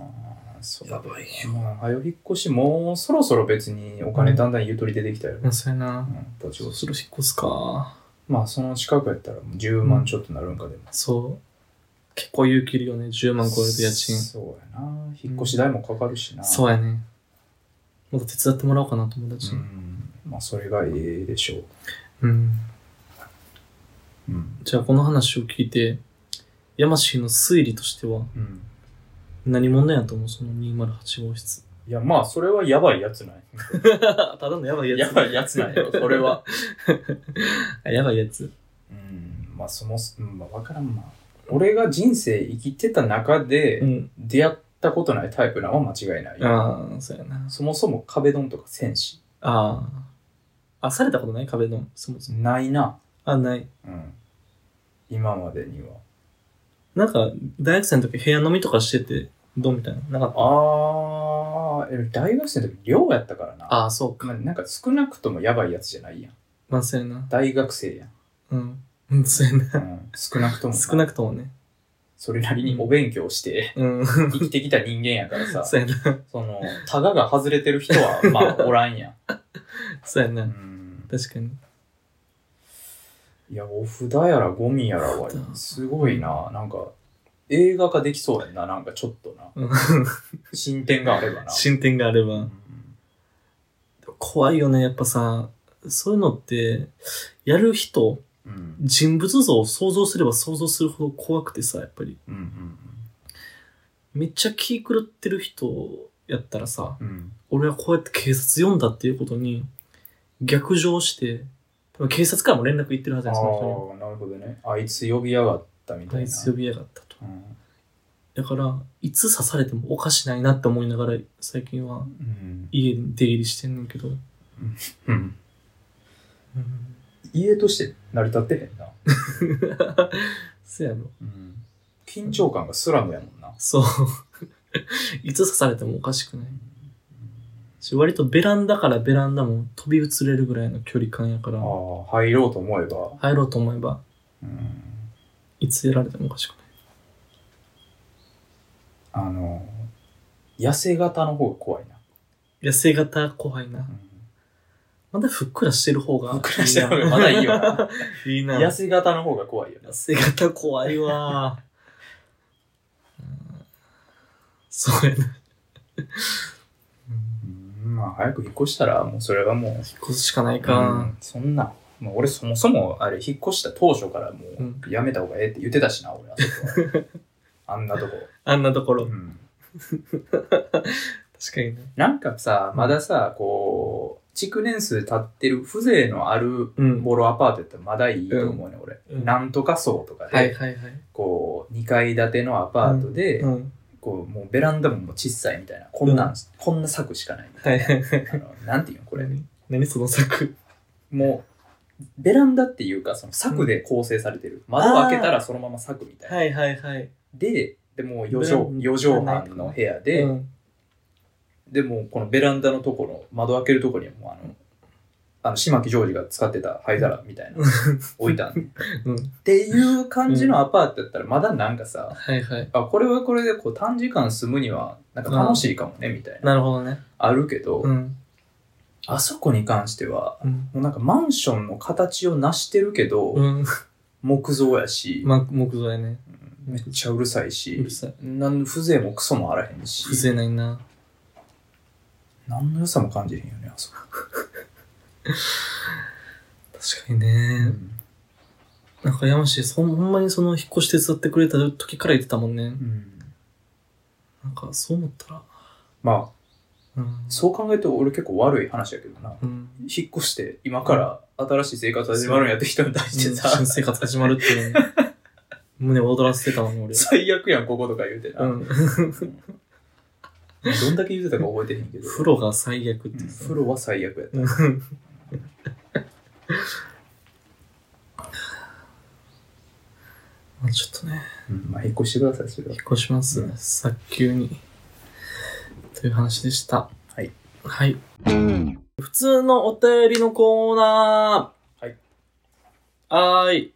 S2: そう
S1: やばいよ。
S2: まあ、はよ引っ越し、もうそろそろ別にお金だんだんゆとり出てきたよ。
S1: まあ、そうやな
S2: う。ん、ぼち
S1: そ
S2: ぼ
S1: ろ
S2: ち
S1: そろ引っ越すか。
S2: まあ、その近くやったらもう10万ちょっとなるんかでも。
S1: そう。結構勇気いるよね。10万超えると家賃。
S2: そうやな。引っ越し代もかかるしな。
S1: そう
S2: や。
S1: やね。また手伝ってもらおうかな、友達
S2: う
S1: に。
S2: ん。まあ、それがええでしょう。
S1: うん
S2: うん。
S1: じゃあこの話を聞いて、山氏の推理としては
S2: うん。
S1: 何者やと思うその208号室。
S2: いや、まあ、それはやばいやつない。
S1: (laughs) ただのやばいや
S2: や
S1: つ。
S2: ばいやつなんやろ、それは。
S1: (laughs) あやばいやつ。
S2: (laughs) うん。まあ、そもそも、うんまあ、わからんな。俺が人生生きてた中
S1: う
S2: で
S1: ん。
S2: 出会ったことないタイプなのは間違いない。
S1: ああ、そうやな。
S2: そもそも壁ドンとか戦士。
S1: ああ。あ、されたことない壁ドン、そもそも。
S2: ないな。
S1: あ、ない。
S2: うん。今までには。
S1: なんか、大学生の時部屋飲みとかしてて、ドンみたいな。なかった。
S2: あー、え大学生の時寮やったからな。
S1: ああ、そうか。
S2: まあ、なんか少なくともやばいやつじゃないやん。
S1: まあ、そうやな。
S2: 大学生やん。
S1: うん。うん、そうや
S2: う
S1: な。
S2: ん、 (laughs) 少なくとも。
S1: 少なくともね。
S2: それなりにお勉強して、
S1: うん。 (laughs)
S2: 生きてきた人間やからさ、
S1: そうやな。
S2: (laughs) その、タガが外れてる人は、まあ、おらんやん。
S1: そうや
S2: う
S1: な。
S2: ん。
S1: 確かに。
S2: いや、お札やらゴミやらは
S1: お、札
S2: すごいな。なんか、映画化できそうやんな。なんかちょっとな。
S1: うん (laughs)
S2: 進展があればな。
S1: 進展があれ
S2: う
S1: ば。
S2: ん
S1: 怖いよね、やっぱさ、そういうのって、やる人、
S2: うん。
S1: 人物像を想像すれば想像するほど怖くてさ、やっぱり。
S2: うん。うん。
S1: めっちゃ気狂ってる人やったらさ、
S2: うん。
S1: 俺はこうやって警察呼んだっていうことに逆上して、多分警察からも連絡行ってるはず
S2: ああ
S1: や、その
S2: ー、なるほどね。あいつ呼びやがったみ
S1: 人
S2: たいな。
S1: に。あいつ呼びやがったと。
S2: うん
S1: だから、いつ刺されてもおかしないなって思いながら、最近は
S2: うん。
S1: 家に出入りしてんねんけど。
S2: うん。
S1: (laughs) うん、
S2: 家として成り立ってへんな、
S1: そうやろ。
S2: 緊張感がスラムやもんな
S1: そう。 (laughs) いつ刺されてもおかしくない。し割とベランダからベランダも飛び移れるぐらいの距離感やから、
S2: ああ入ろうと思えば、
S1: 入ろうと思えば、いつやられてもおかしくない。
S2: あの痩せ型の方が怖いな、
S1: 痩せ型怖いな。まだふっくらしてる方がいいな。
S2: ふっくらしてる方 (laughs) がまだいいよな。
S1: い (laughs) いな。
S2: 痩
S1: 痩
S2: せ型の方が怖いよな
S1: せ型怖いわ。うんそうやな。うん
S2: うんまあ早く引っ越したらもうそれはも、
S1: 引っ越すしかないうか。
S2: そんな、まあ、俺そもそもあれ引っ越した当初からも
S1: うん
S2: うやめた方がええって言ってたし
S1: (laughs)
S2: な俺あそこはあんなとこ、
S1: あんなところ。
S2: うん
S1: 確かにね。
S2: なんかさまださこう築年数経ってる風情のある
S1: うん。
S2: ボロアパートやったらまだいいと思うね、俺、
S1: うん
S2: なんとか層とかで、
S1: はいはいはい。
S2: こう2階建てのアパートで、
S1: うん。
S2: こうもうベランダももう小さいみたいなこんなん、こんな柵しかないみた
S1: はいいはいはい。
S2: な、あのなんていうのこ
S1: こ
S2: れ
S1: れ何その作。
S2: もうベランダっていうかその柵で構成されてる、窓を開けたらそのまま柵みたいな、
S1: いはいはい。
S2: ででもう4
S1: ベラ
S2: 畳
S1: ンダ
S2: 四畳半の部屋で、
S1: うん
S2: でもうこのベランダのところ窓開けるところにはもうあのあの、島木ジョージが使ってた灰皿みたいな、置いたん。
S1: うん
S2: っていう感じのアパートやったら、まだなんかさ、
S1: (laughs) はいはい。
S2: あ、これはこれでこう短時間住むには、なんか楽しいかもね、みたいな。
S1: なるほどね。
S2: あるけど、
S1: うん。
S2: あそこに関しては、
S1: うん。
S2: もうなんかマンションの形を成してるけど、
S1: うん。
S2: 木造やし、
S1: ま、木造やね。
S2: めっちゃうるさいうし
S1: る、さい。
S2: なん風情もクソもあらへんし、
S1: 崩れないな。
S2: 何の良さも感じへんよね、あそこ。
S1: 確かにね。なんか山氏、そんほんまにその引っ越し手伝ってくれた時から言ってたもんね。
S2: うん
S1: なんかそう思ったら。
S2: ま
S1: うん
S2: あ、。そう考えると俺結構悪い話やけどな。
S1: うん。
S2: 引っ越して今から新しい生活始まるんやって人に対してさ、
S1: 新生活始まるっていうの (laughs) に胸を躍らせてたのに俺。
S2: 最悪やん、こことか言うてな。
S1: うん。
S2: どんだけ言うてたか覚えてへんけど。
S1: 風呂が最悪っ
S2: う
S1: て
S2: ん風呂は最悪やった。
S1: 言ってた。うん (laughs) まあちょっとね、
S2: うんまあ、引っ越してください、それは
S1: 引っ。越します。
S2: うん
S1: 早急に。という話でした。
S2: はい。
S1: はい。普通のお便りのコーナー。
S2: はい。
S1: はーい。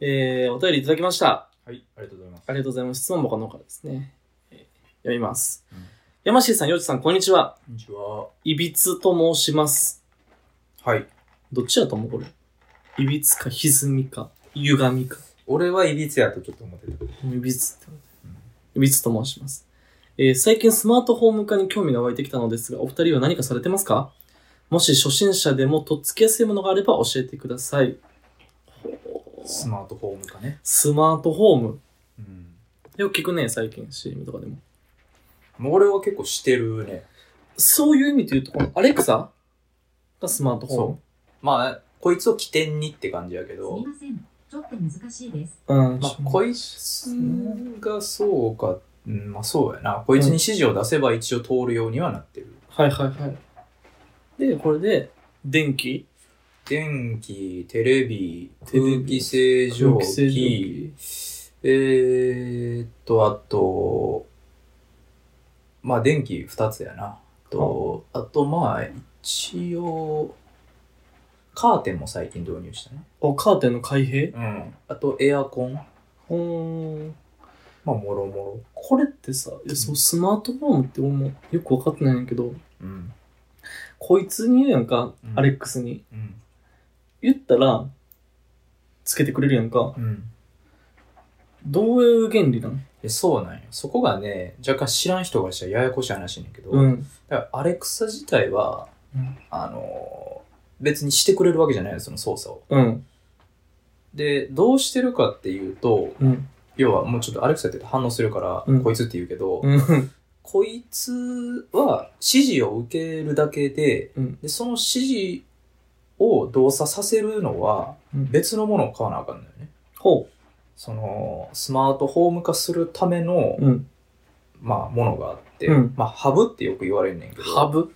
S1: えー、お便りいただきました。
S2: はい、ありがとうございます。
S1: ありがとうございます。質問箱の方からですね。えー読みます。
S2: うん
S1: 山下さん、ようじさん、こんにちは。
S2: こんにちは。
S1: いびつと申します。
S2: はい。
S1: どっちだと思うこれ。いびつか、歪みか、歪みか。
S2: 俺はいびつやとちょっと思ってた。
S1: いびつって。いびつと申します。えー最近スマートフォーム化に興味が湧いてきたのですが、お二人は何かされてますかもし初心者でもとっつきやすいものがあれば教えてください。
S2: スマートフォームかね。
S1: スマートフォーム。
S2: うん。
S1: よく聞くね、最近 CM とかでも。
S2: もう俺は結構してるね。
S1: そういう意味で言うと、このアレクサがスマートフォーム。
S2: まあ、こいつを起点にって感じやけ
S3: すみ
S2: ど、
S3: ません。ちょっと難しいです。
S1: うん
S2: まあ、こいつがそうか、うん、まあそうやな。こいつに指示を出せば一応通るようにはなってる。
S1: はいはいはい。で、これで、電気
S2: 電気、テレビ、
S1: テレビ
S2: 空気清浄
S1: 空気清浄
S2: 機
S1: 機、
S2: えーっと、あと、まあ、電気2つやな。と、あと、まあ、一応、カーテンも最近導入したね。
S1: お、カーテンの開閉
S2: うん。あと、エアコン。
S1: ほーん。
S2: まあ、もろも
S1: これってさ、いやそうスマートフォンって俺もよくわかってないんやけど、
S2: ろ。うん。
S1: こいつに言うやんか、
S2: うん
S1: アレックスに。
S2: うん。
S1: 言ったら、つけてくれるやんか。
S2: うん。
S1: どういう原理なの
S2: えそうなんよ。そこがね、若干知らん人がしたらややこしい話やねんけど、
S1: うん。
S2: だからアレクサ自体は、
S1: うん
S2: あのー別にしてくれるわけじゃないのその操作を。
S1: うん。
S2: で、どうしてるかっていうと、
S1: うん。
S2: 要はもうちょっとアレクサって言って反応するから、
S1: うん
S2: こいつって言うけど、
S1: うん。
S2: こいつは指示を受けるだけで、
S1: うん
S2: でその指示を動作させるのは
S1: うん
S2: 別のものを買わなあかんのよね。
S1: ほ
S2: そのスマートフォーム化するための、
S1: う。うん。
S2: まあ、ものがあって、
S1: うん
S2: まあ、ハブってよく言われるねんけど、
S1: ハブ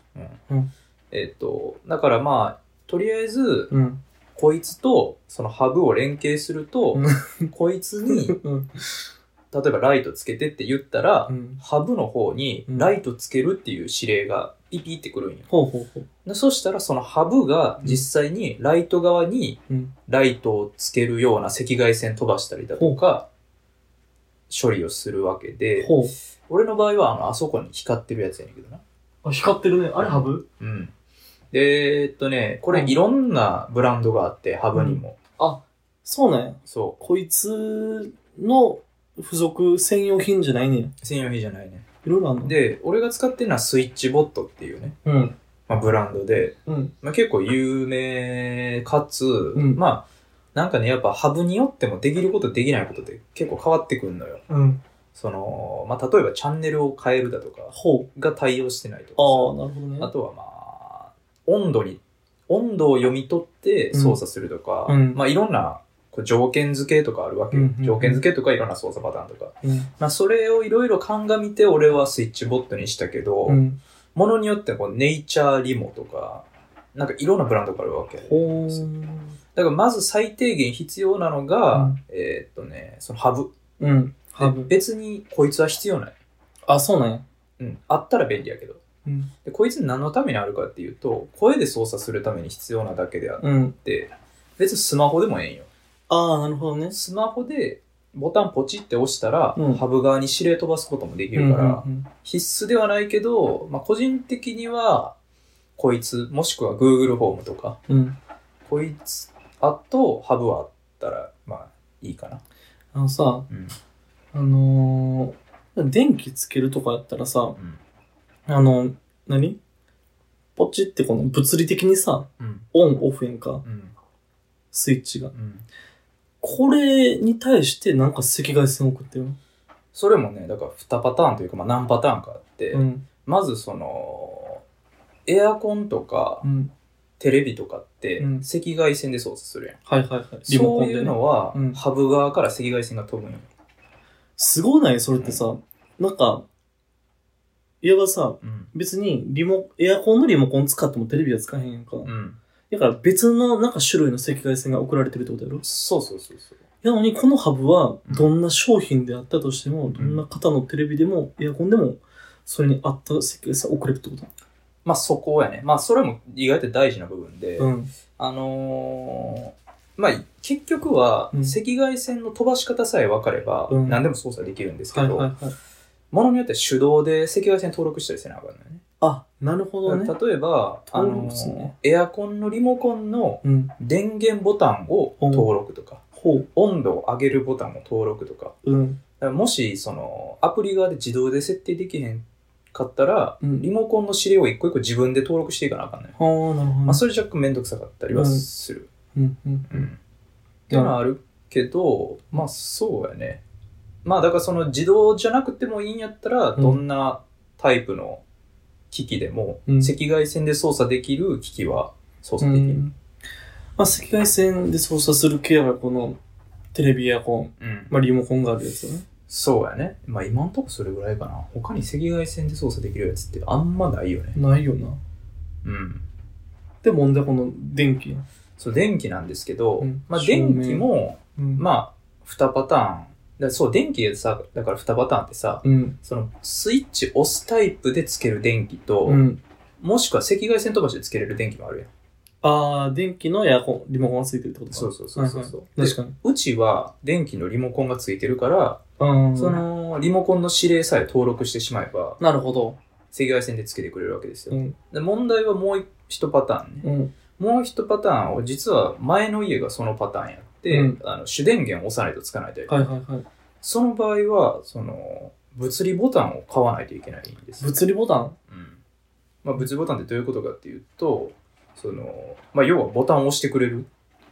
S2: えっ、と、だからまあ、とりあえず、
S1: うん。
S2: こいつとそのハブを連携すると、 (laughs) こいつに、例
S1: うん。
S2: えばライトつけてって言ったら、
S1: うん。
S2: ハブの方に
S1: うん
S2: ライトつけるっていう指令がピピってくるんよ。
S1: ほうほうほう。
S2: でそしたらそのハブが実際にライト側に
S1: うん。
S2: ライトをつけるような赤外線飛ばしたりだとか、処理をするわけで、
S1: ほう。
S2: 俺の場合はあの、あそこに光ってるやつやねんけどな。
S1: あ、光ってるね。あれハブ
S2: うん。で、えっとね、これ
S1: うん
S2: いろんなブランドがあって、ハブにも。
S1: あ、そうなんや。
S2: そ。
S1: こいつの付属専用品じゃないねん。いう
S2: 専用品じゃないね。
S1: ろいろあんの。、
S2: で、俺が使ってるのはスイッチボットっていうね、
S1: うん。
S2: まあ、ブランドで、
S1: うん。
S2: まあ、結構有名かつ、
S1: ん
S2: まあ、なんかね、やっぱハブによってもできることできないことって結構変わってくるのよ。
S1: うん。
S2: その、まあ、例えばチャンネルを変えるだとか
S1: ほ
S2: が対応してないと
S1: う。ああ、
S2: か
S1: なるほどね。
S2: さあとはまあ、温度に、温度を読み取って操作するとか、
S1: うんうん
S2: まあ、いろんなこう条件付けとかあるわけよ。
S1: うんうんうん
S2: 条件付けとかいろんな操作パターンとか。
S1: うん。
S2: まあ、それをいろいろ鑑みて俺はスイッチボットにしたけど、
S1: うん。
S2: ものによってはこうネイチャーリモとか、なんかいろんなブランドがあるわけ。
S1: ほう。
S2: だからまず最低限必要なのが、
S1: うん
S2: えーっとね、そのハブ。
S1: うん。ハ
S2: で
S1: ブ。
S2: 別にこいつは必要ない。
S1: あ、そうなんや。
S2: うん。あったら便利やけど。
S1: うん。
S2: でこいつ何のためにあるかっていうと声で操作するために必要なだけであっ
S1: うん。
S2: て別にスマホでもええんよ
S1: ああ、なるほどね。
S2: スマホでボタンポチって押したら、
S1: うん
S2: ハブ側に指令飛ばすこともできるから、
S1: うんうん
S2: 必須ではないけど、まあ、個人的にはこいつもしくは Google ホームとか
S1: うん、うん。
S2: こいつあとハブはあったらまあいいかな、
S1: あのさ、
S2: うん
S1: あのー、電気つけるとかやったらさ、あの、何ポチってこの物理的にさ、
S2: うん
S1: オンオフやんか、
S2: うん
S1: スイッチが。
S2: うん、
S1: これに対してなんか赤外線送ってる
S2: それもねだから2パターンというか、まあ、何パターンかあって、
S1: うん。
S2: まずそのエアコンとか
S1: うん。
S2: テレビとかって
S1: うん
S2: 赤外線で操作するやん、
S1: はいはいはい。リモ
S2: そ
S1: コ
S2: う
S1: ン
S2: い
S1: で、
S2: う
S1: ね。
S2: のは、
S1: うん
S2: ハブ側から赤外線が飛ぶんよ、
S1: すごないそれってさ、なんか、いわばさ、
S2: うん
S1: 別にリモ、エアコンのリモコン使ってもテレビは使えへんやんか。
S2: うん、
S1: だから別のなんか種類の赤外線が送られてるってことやろ
S2: そうそうそうそう
S1: なのにこのハブは
S2: うん
S1: どんな商品であったとしても、どんな方のテレビでもエアコンでもそれに合った赤外線送れるってこと
S2: まあそこやねまあそれも意外と大事な部分で、
S1: うん。
S2: あのーまあ結局は
S1: うん
S2: 赤外線の飛ばし方さえ分かれば
S1: うん
S2: 何でも操作できるんですけ
S1: はい
S2: ど、
S1: はいはい。
S2: ものによっては手動で赤外線登録したりせなあかんのよね
S1: あ、なるほどね。
S2: 例えば、あ
S1: 登
S2: の
S1: 録すんね
S2: エアコンのリモコンの
S1: うん。
S2: 電源ボタンを登録とか、
S1: ほう。
S2: 温度を上げるボタンを登録とか
S1: うん。
S2: だからもしそのアプリ側で自動で設定できへんかったら
S1: うん
S2: リモコンの指令を一個一個自分で登録していかなあかんのよ、
S1: ああ、なるほどね。
S2: まあ、それ若干めんどくさかったりはする、
S1: うんうん。
S2: うんっていうのはあるけど、まあそうやね。まあだからその自動じゃなくてもいいんやったら、
S1: うん
S2: どんなタイプの機器でも、
S1: うん
S2: 赤外線で操作できる機器は操作
S1: う
S2: できる。
S1: んまあ、赤外線で操作する系はこのテレビエアコン、
S2: うん
S1: まあ、リモコンがあるやつだね。
S2: そうやね。まあ今んとこそれぐらいかな。他に赤外線で操作できるやつってあんまないよね。
S1: ないよな。
S2: うん。
S1: で、問題はこの電気や。
S2: そう、電気なんですけど、
S1: うん
S2: まあ
S1: 照明
S2: 電気も、
S1: うんあ、
S2: まあ2パターン。だそう、電気でさ、だから2パターンってさ、
S1: うん。
S2: そのスイッチ押すタイプでつける電気と、
S1: うん。
S2: もしくは赤外線飛ばしでつけれる電気もあるやん。
S1: ああ、電気のエアコン、リモコンがついてるってことか。
S2: そうそうそうそう
S1: はいはい確かに。
S2: うちは電気のリモコンがついてるから、
S1: うん。
S2: そのリモコンの指令さえ登録してしまえば、
S1: なるほど。
S2: 赤外線でつけてくれるわけですよ。
S1: うん。
S2: で問題はもう一パターンね。
S1: うん。
S2: もう一パターンを、実は前の家がそのパターンやって、
S1: うん
S2: あの主電源を押さないとつかないタイプ。
S1: はいはいはい。
S2: その場合は、その、物理ボタンを買わないといけないんですよ。
S1: 物理ボタン
S2: うんまあ、物理ボタンってどういうことかっていうと、その、まあ、要はボタンを押してくれる。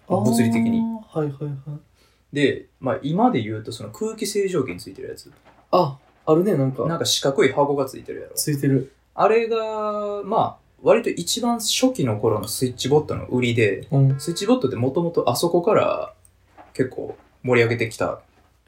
S2: 物理的に。。
S1: あーはいはいはい。
S2: で、まあ、今で言うとその空気清浄機についてるやつ
S1: あ、あるね、なんか。
S2: なんか四角い箱がついてるやろ
S1: ついてる。
S2: あれがまあ割と一番初期の頃のスイッチボットの売りで
S1: うん。へ
S2: スイッチボットってもともとあそこから結構盛り上げてきたあ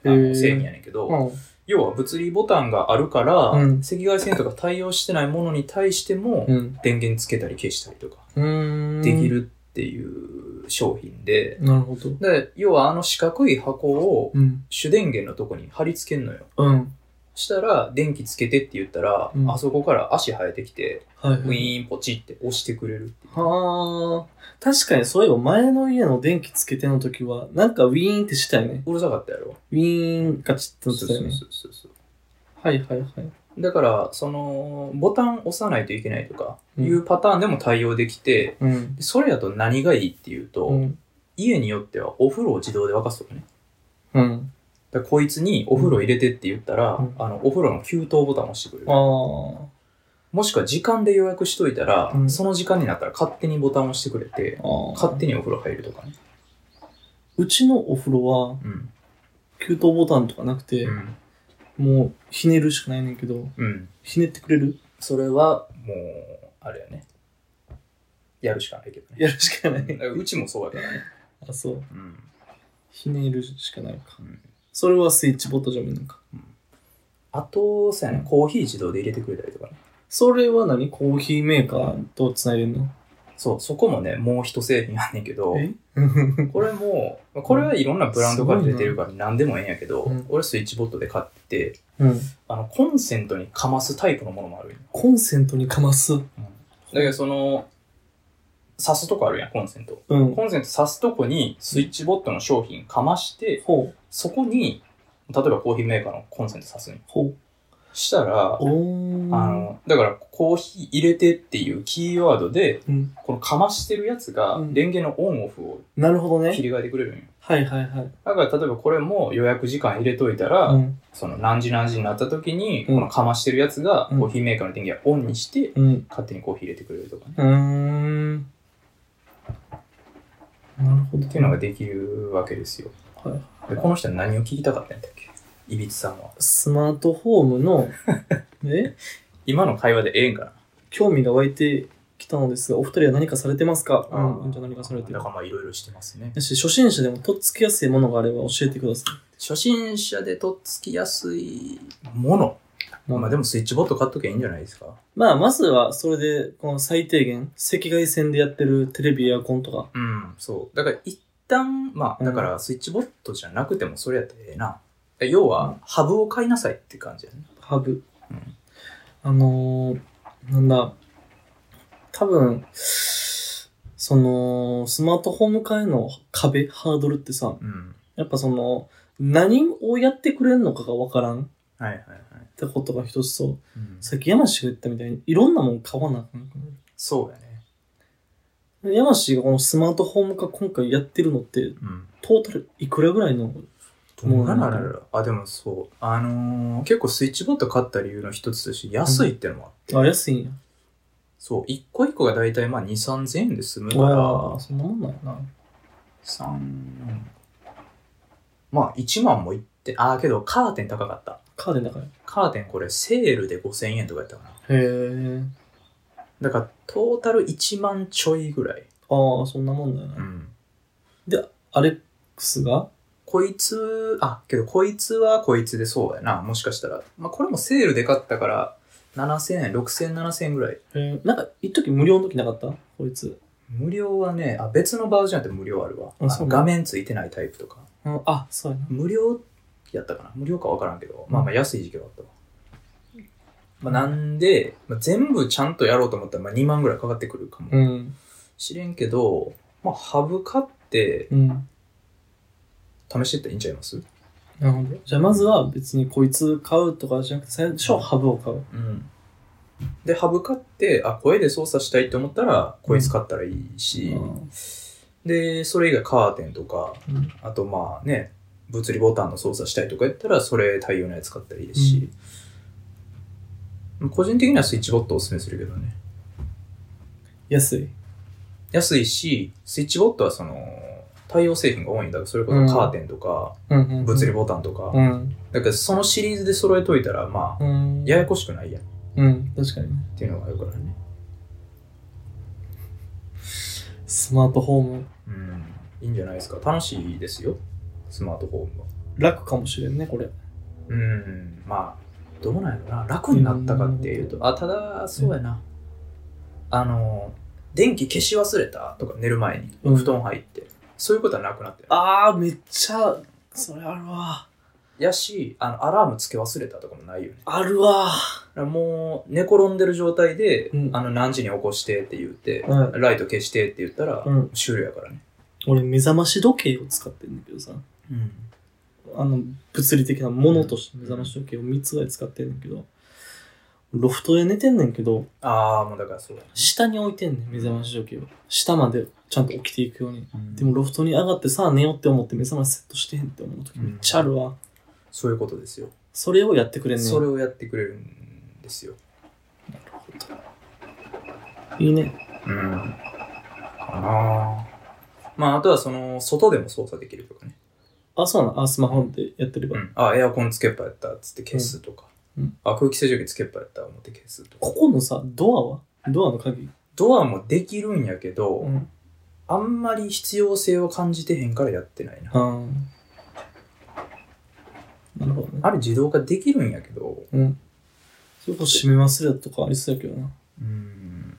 S1: ー
S2: の製品やねんけど、
S1: うん。
S2: 要は物理ボタンがあるから、
S1: うん
S2: 赤外線とか対応してないものに対しても
S1: うん。
S2: 電源つけたり消したりとか
S1: うーん。
S2: でき。るっていう商品で、
S1: なるほど。
S2: で要はあの四角い箱を
S1: うん。
S2: 主電源のとこに貼り付けんのよ
S1: うん。
S2: したら、電気つけてって言ったら、
S1: うん
S2: あそこから足生えてきて、
S1: はいはい。
S2: ウィーンポチって押してくれるっていう。
S1: はあ、確かにそういえば前の家の電気つけての時は、なんかウィーンってしたよね。
S2: うるさかったやろ
S1: ウィーンガチって
S2: そう
S1: なって
S2: そう
S1: たよね。
S2: そうそうそう。
S1: はいはいはい。
S2: だから、その、ボタン押さないといけないとか、
S1: うん
S2: いうパターンでも対応できて、
S1: うん。
S2: それやと何がいいっていうと、
S1: うん。
S2: 家によってはお風呂を自動で沸かすとかね。
S1: うん。
S2: だからこいつにお風呂入れてって言ったら、
S1: うん
S2: あの、お風呂の給湯ボタンを押してくれ
S1: あ
S2: る。
S1: あ。
S2: もしくは時間で予約しといたら、
S1: うん
S2: その時間になったら勝手にボタンを押してくれて、
S1: ああ。
S2: 勝手にお風呂入るとかね。
S1: うちのお風呂は、
S2: うん。
S1: 給湯ボタンとかなくて
S2: う、ん。
S1: もうひねるしかないねんけど、
S2: うん。
S1: ひねってくれる
S2: それはもうあれやねやるしかないけどね
S1: やるしかな
S2: うん
S1: い。
S2: だからうちもそうやからね、
S1: あ、そう。
S2: うん
S1: ひねるしかないか
S2: うん。
S1: それはスイッチボタンじゃ無理なんか。
S2: あとそうやねコーヒー自動で入れてくれたりとかね
S1: それは何コーヒーメーカーと繋いでんの
S2: そう、そこもね、もう一製品あんねんけど、
S1: え (laughs)
S2: これも、まあこれはいろんなブランドから出てるから何でもええんやけど、
S1: うん
S2: 俺スイッチボットで買ってて、
S1: うん。
S2: あの、コンセントにかますタイプのものもあるんよ
S1: コンセントにかます。うん。
S2: だけどその、刺すとこあるやん、コンセント。コンセント刺すとこにスイッチボットの商品かまして、
S1: ほう。
S2: そこに、例えばコーヒーメーカーのコンセント刺すんよ
S1: ほう。
S2: したら、
S1: おー。
S2: あの、だからコーヒー入れてっていうキーワードで、
S1: うん。
S2: このかましてるやつが
S1: うん
S2: 電源のオンオフを
S1: なるほど
S2: 切
S1: ね。
S2: り替えてくれるんよ。
S1: はいはいはい。
S2: だから例えばこれも予約時間入れといたら、
S1: うん。
S2: その何時何時になった時に、
S1: うん
S2: このかましてるやつが
S1: うん
S2: コーヒーメーカーの電源をオンにして、
S1: うん。
S2: 勝手にコーヒー入れてくれるとかね。
S1: うーん。なるほど。
S2: っていうのができるわけですよ。
S1: はい
S2: でこの人は何を聞きたかったんだっけいびつさんは。
S1: スマートホーム
S2: (laughs)
S1: の、え
S2: 今の会話でええんかな
S1: 興味が湧いてきたのですが、お二人は何かされてますかうん。うんじゃあ何かされてる
S2: だからまあいろいろしてますね。
S1: やし、初心者でもとっつきやすいものがあれば教えてくださ
S2: 初心者でとっつきやすいもの。
S1: い。
S2: まあでもスイッチボット買っときゃいいんじゃないですか。
S1: まあ、まずは、それで、この最低限、赤外線でやってるテレビエアコンとか。
S2: うん、そう。だから一旦、まあ、だからスイッチボットじゃなくてもそれやったらええな。要は、ハブを買いなさいって感じやね。
S1: ハブ。
S2: うん
S1: あのー、なんだ、多分、その、スマートフォーム化への壁、ハードルってさ、
S2: うん。
S1: やっぱその、何をやってくれるのかがわからんっ
S2: はいはいはい。
S1: てことが一つと、
S2: うん
S1: さっき山氏が言ったみたいに、いろんなもん買わなあかんから
S2: そうやね。
S1: で山氏がこのスマートフォーム化今回やってるのって、
S2: うん。
S1: トータルいくらぐらいのもうなんだ
S2: あらららあ、でもそう。あのー結構スイッチボット買った理由の一つとして、安いってのもあって。
S1: あ、安いんや。
S2: そう。一個一個がだいたいまあ2、3000円で済むか
S1: あ
S2: ら
S1: あ、、そんなもんなんやな。
S2: 三まあ1万もいって、ああ、けどカーテン高かった。
S1: カーデンだから。
S2: カーテンこれセールで5000円とかやったかな。
S1: へえ。
S2: だからトータル1万ちょいぐらい。
S1: ああ、そんなもんだよな。
S2: ん。
S1: アレックスが
S2: こいつ、あ、けどこいつはこいつでそうやな。もしかしたら。まあこれもセールで買ったから、7000円、6000、7000円ぐらい。
S1: えーなんか、一時無料の時なかったこいつ。
S2: 無料はね、あ、別のバージョンやって無料あるわ。
S1: あそう
S2: あの画面ついてないタイプとか。
S1: うん、あ、そうやな。
S2: 無料やったかな無料かわからんけど、まあまあ安い時期はあったわ。まあなんで、まあ、全部ちゃんとやろうと思ったらまあ2万ぐらいかかってくるかも
S1: ん。
S2: しれんけど、まあハブ買って
S1: うん。
S2: 試してったらいいんちゃいます
S1: なるほど。じゃあ、まずは別にこいつ買うとかじゃなくて、最初はハブを買う。
S2: うん。で、ハブ買って、あ、声で操作したいと思ったら、声使ったらいいし、
S1: うん
S2: で、それ以外カーテンとか、
S1: うん
S2: あとまあね、物理ボタンの操作したいとかやったら、それ対応のやつ買ったらいいですし、個人的にはスイッチボットをおすすめするけどね。
S1: 安い。
S2: 安いし、スイッチボットはその、対応製品が多いんだから、それこそカーテンとか、
S1: うん、うん
S2: 物理ボタンとか、
S1: うん。
S2: だからそのシリーズで揃えといたら、まあ、
S1: うん。
S2: ややこしくないやんっ
S1: うん、確かにね。
S2: ていうのがあるからね。
S1: スマートフォーム、
S2: うん、いいんじゃないですか。楽しいですよ、スマートフォームは。
S1: 楽かもしれんね、これ。
S2: うん、まあ、どうなんやろな。楽になったかっていうと、あ、ただ、そうやな。あの、電気消し忘れたとか、寝る前に、
S1: うん
S2: 布団入って、そういうことはなくなって。
S1: あー、めっちゃ、それあるわ。
S2: やし、あの、アラームつけ忘れたとかもないよね。
S1: あるわ。
S2: だからもう、寝転んでる状態で、
S1: うん
S2: あの、何時に起こしてって言って、
S1: は
S2: ライト消してって言ったら、
S1: うん
S2: 終了やからね。
S1: 俺、目覚まし時計を使ってんだけどさ。あの、物理的なものとして目覚まし時計を3つぐらい使ってんねんけど、ロフトで寝てんねんけど、
S2: ああ、もうだからそうだね。
S1: 下に置いてんねん、目覚まし時計を。下までちゃんと起きていくように。で
S2: も、
S1: もロフトに上がってさあ寝ようって思って目覚ましセットしてへんって思う時めっちゃあるわ。
S2: そういうことですよ。
S1: それをやってくれんねん。
S2: それをやってくれるんですよ。
S1: いいね。
S2: うん。かなまあ、あとはその、外でも操作できるとかね。
S1: あ、そうなのあ、スマホでやってれば。
S2: うん。あ、エアコンつけっぱやったっつって消すとか。
S1: うんうん
S2: あ、空気清浄機つけっぱやった思って消すとか。
S1: ここのさ、ドアはドアの鍵。
S2: ドアもできるんやけど、
S1: ん。
S2: あんまり必要性を感じてへんからやってないな。
S1: あーなるほどね。
S2: あれ自動化できるんやけど、
S1: うん。それこそ閉め忘れたとかありそうやけどな。
S2: うん。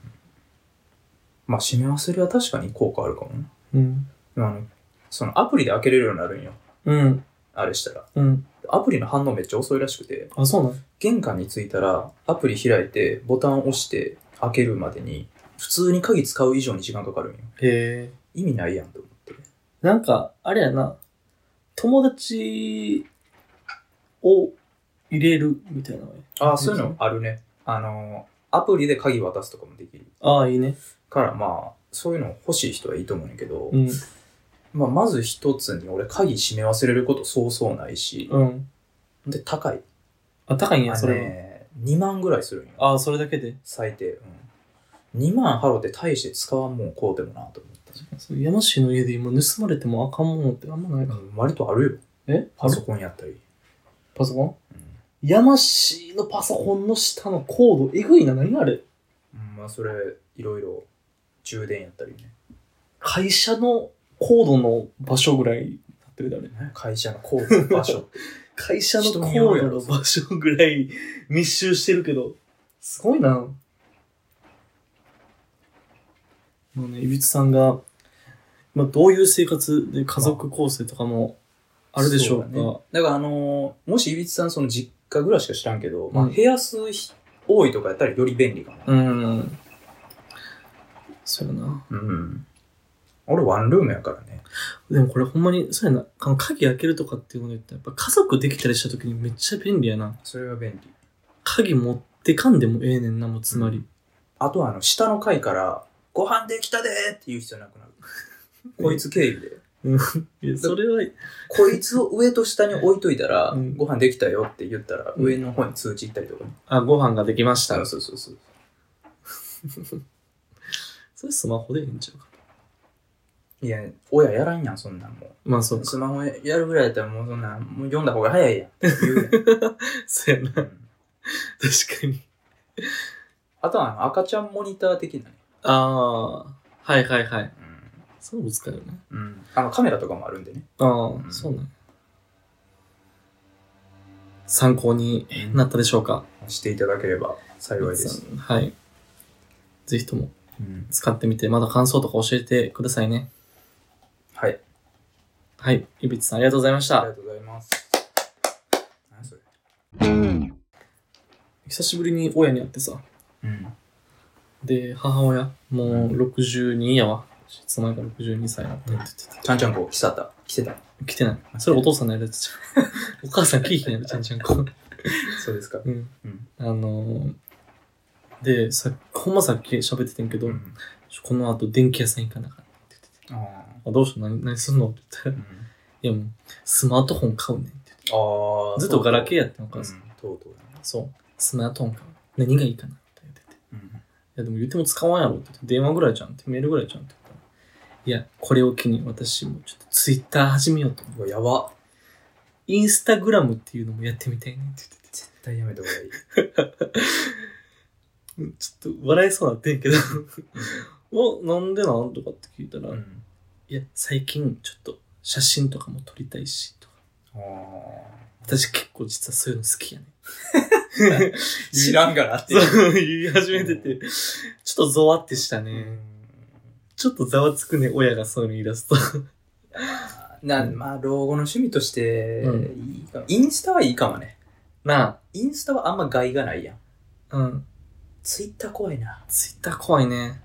S2: まあ、締め忘れは確かに効果あるかもな。
S1: うん。
S2: でもあの、そのアプリで開けれるようになるんよ。
S1: うん。
S2: あれしたら。
S1: うん。
S2: アプリの反応めっちゃ遅いらしくて、
S1: あ、そうなの
S2: 玄関に着いたら、アプリ開いて、ボタンを押して、開けるまでに、普通に鍵使う以上に時間かかるんよ。
S1: へえ。
S2: 意味ないやんと思って。
S1: なんか、あれやな、友達を入れるみたいなのね
S2: ああ、そういうのあるね。あの、アプリで鍵渡すとかもできる。
S1: ああ、いいね。
S2: から、まあ、そういうの欲しい人はいいと思うんやけど、
S1: うん。
S2: まあ、まず一つに俺鍵閉め忘れることそうそうないし、
S1: うん。
S2: で、高い。
S1: あ、高いん
S2: あ
S1: や、
S2: の
S1: それ
S2: ね、2万ぐらいするんよ。
S1: は。ああ、それだけで。
S2: 最低。うん。2万払って大して使わんもんこうでもなと思って。
S1: そう山氏の家で今盗まれてもあかんものってあんまないか。
S2: うん割とあるよ。
S1: え
S2: パソコンやったり。
S1: パソコン
S2: うん
S1: 山氏のパソコンの下のコード、えぐいな、何あれ
S2: うん、まあ、それ、いろいろ、充電やったりね。
S1: 会社のコードの場所ぐらいになってるだね。
S2: 会社の工具場所って。
S1: 会社のコ
S2: 人による
S1: ー
S2: や
S1: ド
S2: ろ
S1: の場所ぐらい (laughs) 密集してるけど、すごいな。もうね、いびつさんが、まあ、どういう生活で家族構成とかも (laughs) あるでしょうか。
S2: そだねだから、あのーもし、いびつさん、その実家ぐらいしか知らんけど、まあ、
S1: うん
S2: 部屋数ひ多いとかやったらより便利かな。
S1: うん。そうやな。
S2: うん。俺、ワンルームやからね。
S1: でもこれほんまに、そうやな。あの鍵開けるとかっていうので言ったら、やっぱ家族できたりした時にめっちゃ便利やな。
S2: それは便利。
S1: 鍵持ってかんでもええねんな、もうつまり。
S2: あとは、あの、下の階から、ご飯できたでーって言う必要な
S1: (laughs)
S2: くなる。こいつ経由で。
S1: いやそれは、
S2: こいつを上と下に置いといたら、
S1: うん
S2: ご飯できたよって言ったら、上の方に通知行ったりとかね。
S1: あ、ご飯ができました
S2: そうそうそう。
S1: それスマホでええんちゃうか。
S2: いや、親やらんやん、そんなんも
S1: まあそう
S2: う。スマホやるぐらいやったら、もうそんなん、もう読んだ方が早いやん。言う
S1: そうやな。
S2: や
S1: 確
S2: んう
S1: か
S2: ん
S1: に。
S2: (laughs) あとはあの、赤ちゃんモニター的なね。
S1: ああ、はいはいはい。
S2: うん
S1: そういうの使うよね。
S2: うん。あの、カメラとかもあるんでね。
S1: ああ、
S2: ん
S1: そうね。参考になったでしょうか。
S2: していただければ幸いで
S1: 皆
S2: す。
S1: さんはい。ぜひとも
S2: うん。
S1: 使ってみて、また感想とか教えてくださいね。
S2: はい。
S1: はい。いびつさんありがとうございまし
S2: あり
S1: た
S2: が。とうございます。何それ
S1: 久しぶりに親に会ってさ。
S2: うん。
S1: で、母親、もう62やわ。つ前が62歳になったって言ってた。
S2: ちゃんちゃんこ、来たった。来てた。
S1: 来てない。それお父さんのやるやつじ
S2: (laughs)
S1: ゃん。お母さん聞いてないちゃんちゃんこ。
S2: そうですか。
S1: うん
S2: うん。
S1: あのー、で、さほんまさっき喋っててんけど、
S2: うん。
S1: ちょこの後電気屋さん行かなあかんって言ってて。
S2: ああ。
S1: あどうした何何すんのって言ったら
S2: う、ん
S1: いやもう、スマートフォン買うねんって言って
S2: ああ。
S1: ずっとガラ
S2: ケ
S1: ケーやってんお母
S2: う
S1: さん。
S2: ん。とうとうね。
S1: そう、スマートフォン買う。何がいいかなって言ってて。い
S2: うん。
S1: やでも言っても使わんやろって言って、電話ぐらいじゃんって、メールぐらいじゃんって言ったら。いや、これを機に私もちょっとツイッター始めようと思う。
S2: うわやば。
S1: インスタグラムっていうのもやってみたいねって言ってて。
S2: 絶対やめた方がいい。
S1: うんちょっと笑いそうなってんけど (laughs) お、なんでなんとかって聞いたら、
S2: うん。
S1: いや、最近ちょっと写真とかも撮りたいし、とか。
S2: あ
S1: 私結構実はそういうの好きやね。
S2: あ。 (laughs) 知らんからっ
S1: (laughs)
S2: て。
S1: そう言い始めてて、ちょっとゾワってしたね。ちょっとざわつくね、親がそういうの言い出すと。 (laughs)
S2: な
S1: うん
S2: まあ、老後の趣味として
S1: う
S2: いいかも、インスタはいいかもね。
S1: な
S2: インスタはあんま害がないやん。
S1: あ、うん。
S2: ツイッター怖いな。
S1: ツイッター怖いね。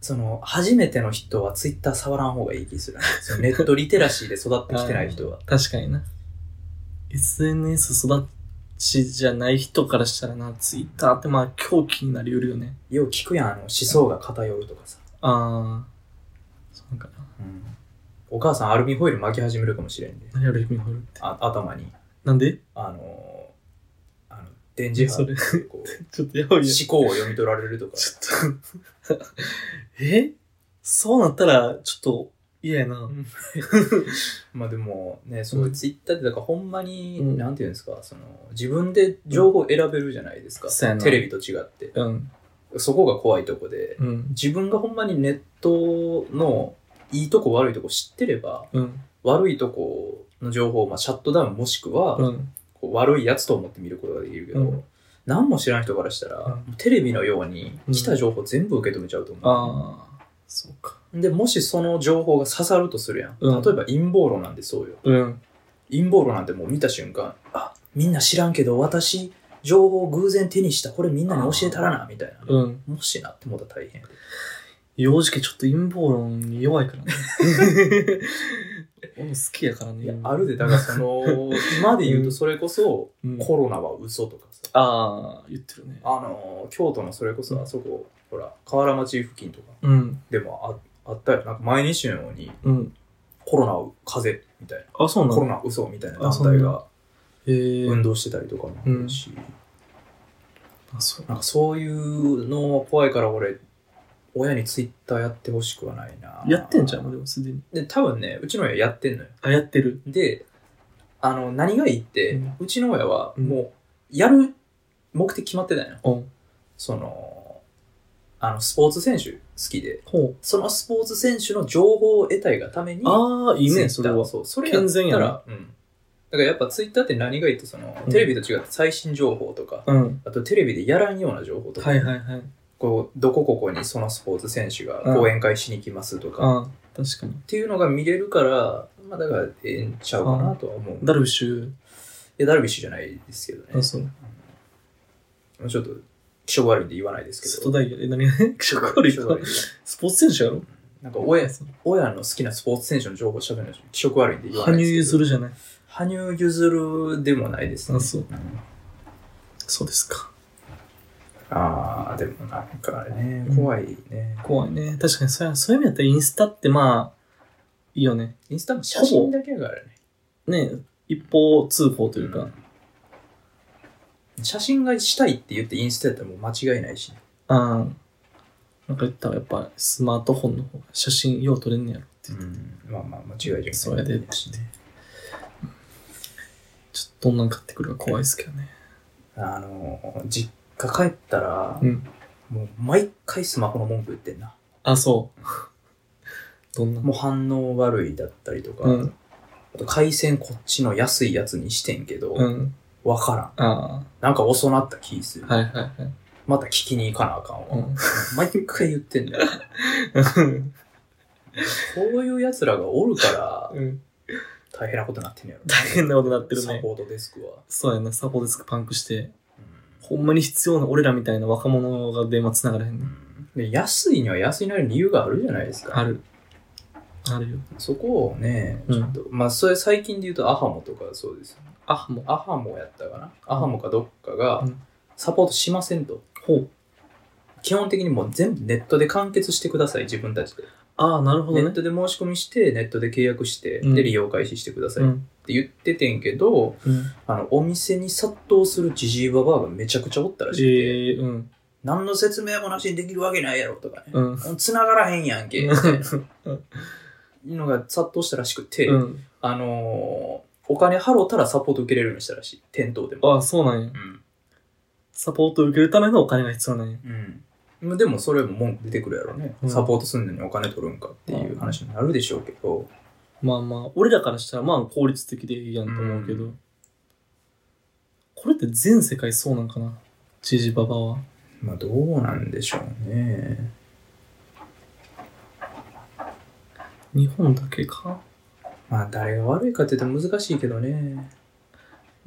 S2: その、初めての人はツイッター触らん方がいい気するな。そのネットリテラシーで育ってきてな
S1: (laughs)
S2: い人は。
S1: 確かにな。SNS 育ちじゃない人からしたらな、ツイッターってまあ狂気になりうるよね。
S2: よう聞くやん、あの、思想が偏るとかさ。
S1: ああ、そうなんかな。
S2: お母さんアルミホイル巻き始めるかもしれんで、
S1: 何やる意味ホイルって。
S2: あ頭に。
S1: なんで
S2: あのー、あの、電磁波でこう、
S1: ちょっとやばいやん。
S2: 思考を読み取られるとか。
S1: ちょっと。 (laughs) えそうなったら、ちょっと嫌やな。
S2: まあでもね、そうう、
S1: ん
S2: ツイッターってだからほんまに、
S1: うん
S2: なんていうんですか、その、自分で情報を選べるじゃないですか。
S1: そうやな
S2: テレビと違って。
S1: うん。
S2: そこが怖いとこで、
S1: うん。
S2: 自分がほんまにネットのいいとこ悪いとこ知ってれば、
S1: うん。
S2: 悪いとこの情報を、まあ、シャットダウンもしくは、
S1: うん。
S2: こう悪いやつと思って見ることができるけど、
S1: うん
S2: 何も知らん人からしたら、
S1: う
S2: テレビのように来た情報全部受け止めちゃうと思う。
S1: ああ。そうか。
S2: で、もしその情報が刺さるとするやん。
S1: うん
S2: 例えば陰謀論なんてそうよ。
S1: うん。
S2: 陰謀論なんてもう見た瞬間、あ、みんな知らんけど、私、情報を偶然手にした。これみんなに教えたらな、みたいな。
S1: うん。
S2: もしなってもうたら大変。
S1: 幼児期ちょっと陰謀論に弱いからね。 (laughs) 俺も好きやからね。
S2: いや、あるで、だからそ (laughs) の、今で言うとそれこそ、
S1: うん
S2: コロナは嘘とかさ。
S1: ああ、言ってるね。
S2: あのー、京都のそれこそあそこ、ほら、河原町付近とか
S1: うん。
S2: でもああったよ。なんか毎日のように、
S1: うん。
S2: コロナを風邪みたいな。
S1: あ、そうな
S2: コロ
S1: の
S2: ナ嘘みたいな
S1: あ
S2: 団
S1: そんな
S2: 体が
S1: へえ
S2: 運動してたりとかもあるし、
S1: あ、そう。
S2: なんかそういうのは怖いから俺、親にツイッターやってほしくはないな。
S1: やってんじゃん、もうでもすでに。
S2: で、多分ね、うちの親やってんのよ。
S1: あ、やってる。
S2: で、あの、何がいいって、
S1: う
S2: うんちの親は
S1: うん
S2: もう、やる目的決まってたんよ。
S1: うん。
S2: その、あの、スポーツ選手好きで、
S1: ほう。
S2: そのスポーツ選手の情報を得たいがために、
S1: ああ、いいね、そ
S2: ツ
S1: れ
S2: イッター
S1: は。
S2: そう、それやっ
S1: 健全や
S2: た
S1: な
S2: ら、うん。だからやっぱツイッターって何がいいって、その
S1: う、ん
S2: テレビと違って最新情報とか、
S1: うん。
S2: あとテレビでやらんような情報とか、
S1: はいはいはい。
S2: こう、どこここにそのスポーツ選手が講演会しに来ますとか、っ
S1: ああ、確かに。
S2: ていうのが見れるから、まあだから、ええんちゃうかなとは思う。
S1: ダルビッシュ、
S2: いや、ダルビッシュじゃないですけどね
S1: あ、。そう。
S2: もうちょっと、気色悪いんで言わないですけど。
S1: 外大え、何 (laughs) が気色悪い
S2: 気
S1: か
S2: 色悪い
S1: スポーツ選手やろ
S2: なんか親、
S1: そう
S2: 親の好きなスポーツ選手の情報喋るの気色悪いんで言わ
S1: 羽
S2: ない
S1: 生
S2: で
S1: 結
S2: すけど。
S1: 弦じゃない。
S2: 羽生結弦でもないですね
S1: あ、。そう。そうですか。
S2: ああ、でもなんかね
S1: う、ん
S2: 怖いね。
S1: 怖いね。確かにそうや、そういう意味だったらインスタってまあ、いいよね。
S2: インスタも写真だけがあるね。
S1: ね一方通報というか。
S2: 写真がしたいって言ってインスタやったらもう間違いないし、
S1: ああ。なんか言ったらやっぱスマートフォンの方が写真よう撮れんねやろって。
S2: うん、まあまあ間違いじゃない。
S1: そうやでってね。ちょっとどんなん買ってくるか怖いですけどね。
S2: あの、実家帰ったら、
S1: うん
S2: もう毎回スマホの文句言ってんな。
S1: あ、そう。 (laughs) どんな
S2: もう反応悪いだったりとか、
S1: うん。
S2: あと回線こっちの安いやつにしてんけど、
S1: うん。
S2: わからん。
S1: あ
S2: なんか遅なった気する。
S1: あ。はいはいはい。
S2: また聞きに行かなあかんわ。毎回言ってんだよ。
S1: うん。
S2: こういう奴らがおるから、
S1: うん
S2: 大変なことになってんやろ。
S1: (laughs) 大変なことになってる
S2: サ
S1: ね。
S2: ポートデスクは。
S1: そうやな、サポデスクパンクして、
S2: うん
S1: ほんまに必要な俺らみたいな若者が電話つながらへんね。
S2: で安いには安いなりに理由があるじゃないですか。
S1: ある。あるよ。
S2: そこをね、
S1: うん
S2: ちょっと、まあ、それ最近で言うと、アハモとかそうですよね。
S1: あ、もう。
S2: アハモやったかな。アハモかどっかが
S1: うん、
S2: サポートしませんと。
S1: ほう。
S2: 基本的にもう全部ネットで完結してください、自分たちで。
S1: ああ、なるほ
S2: ネ
S1: ど
S2: ッ
S1: ね。
S2: トで申し込みして、ネットで契約して、
S1: うん
S2: で、利用開始してくださ
S1: う
S2: いっ
S1: ん。
S2: て言っててんけど、
S1: うん。
S2: あの、お店に殺到するジジイババアがめちゃくちゃおったらしくて、
S1: ええ、うん。
S2: 何の説明もなしにできるわけないやろとかね。
S1: うん。
S2: 繋がらへんやんけ。みたいなのが殺到したらしくて、
S1: うん。
S2: あのーお金払ったらサポート受けれるようにしたらしい。店頭でも。
S1: ああ、そうなんや
S2: う。ん。
S1: サポートを受けるためのお金が必要なんや。
S2: うん。でもそれも文句出てくるやろね。
S1: うん
S2: サポートすんのにお金取るんかっていう話になるでしょうけど、
S1: まあまあ、俺らからしたらまあ効率的でいいやんと思うけど、
S2: う
S1: これって全世界そうなんかなジジババは。
S2: まあどうなんでしょうね。
S1: 日本だけか
S2: まあ誰が悪いかって言って難しいけどね。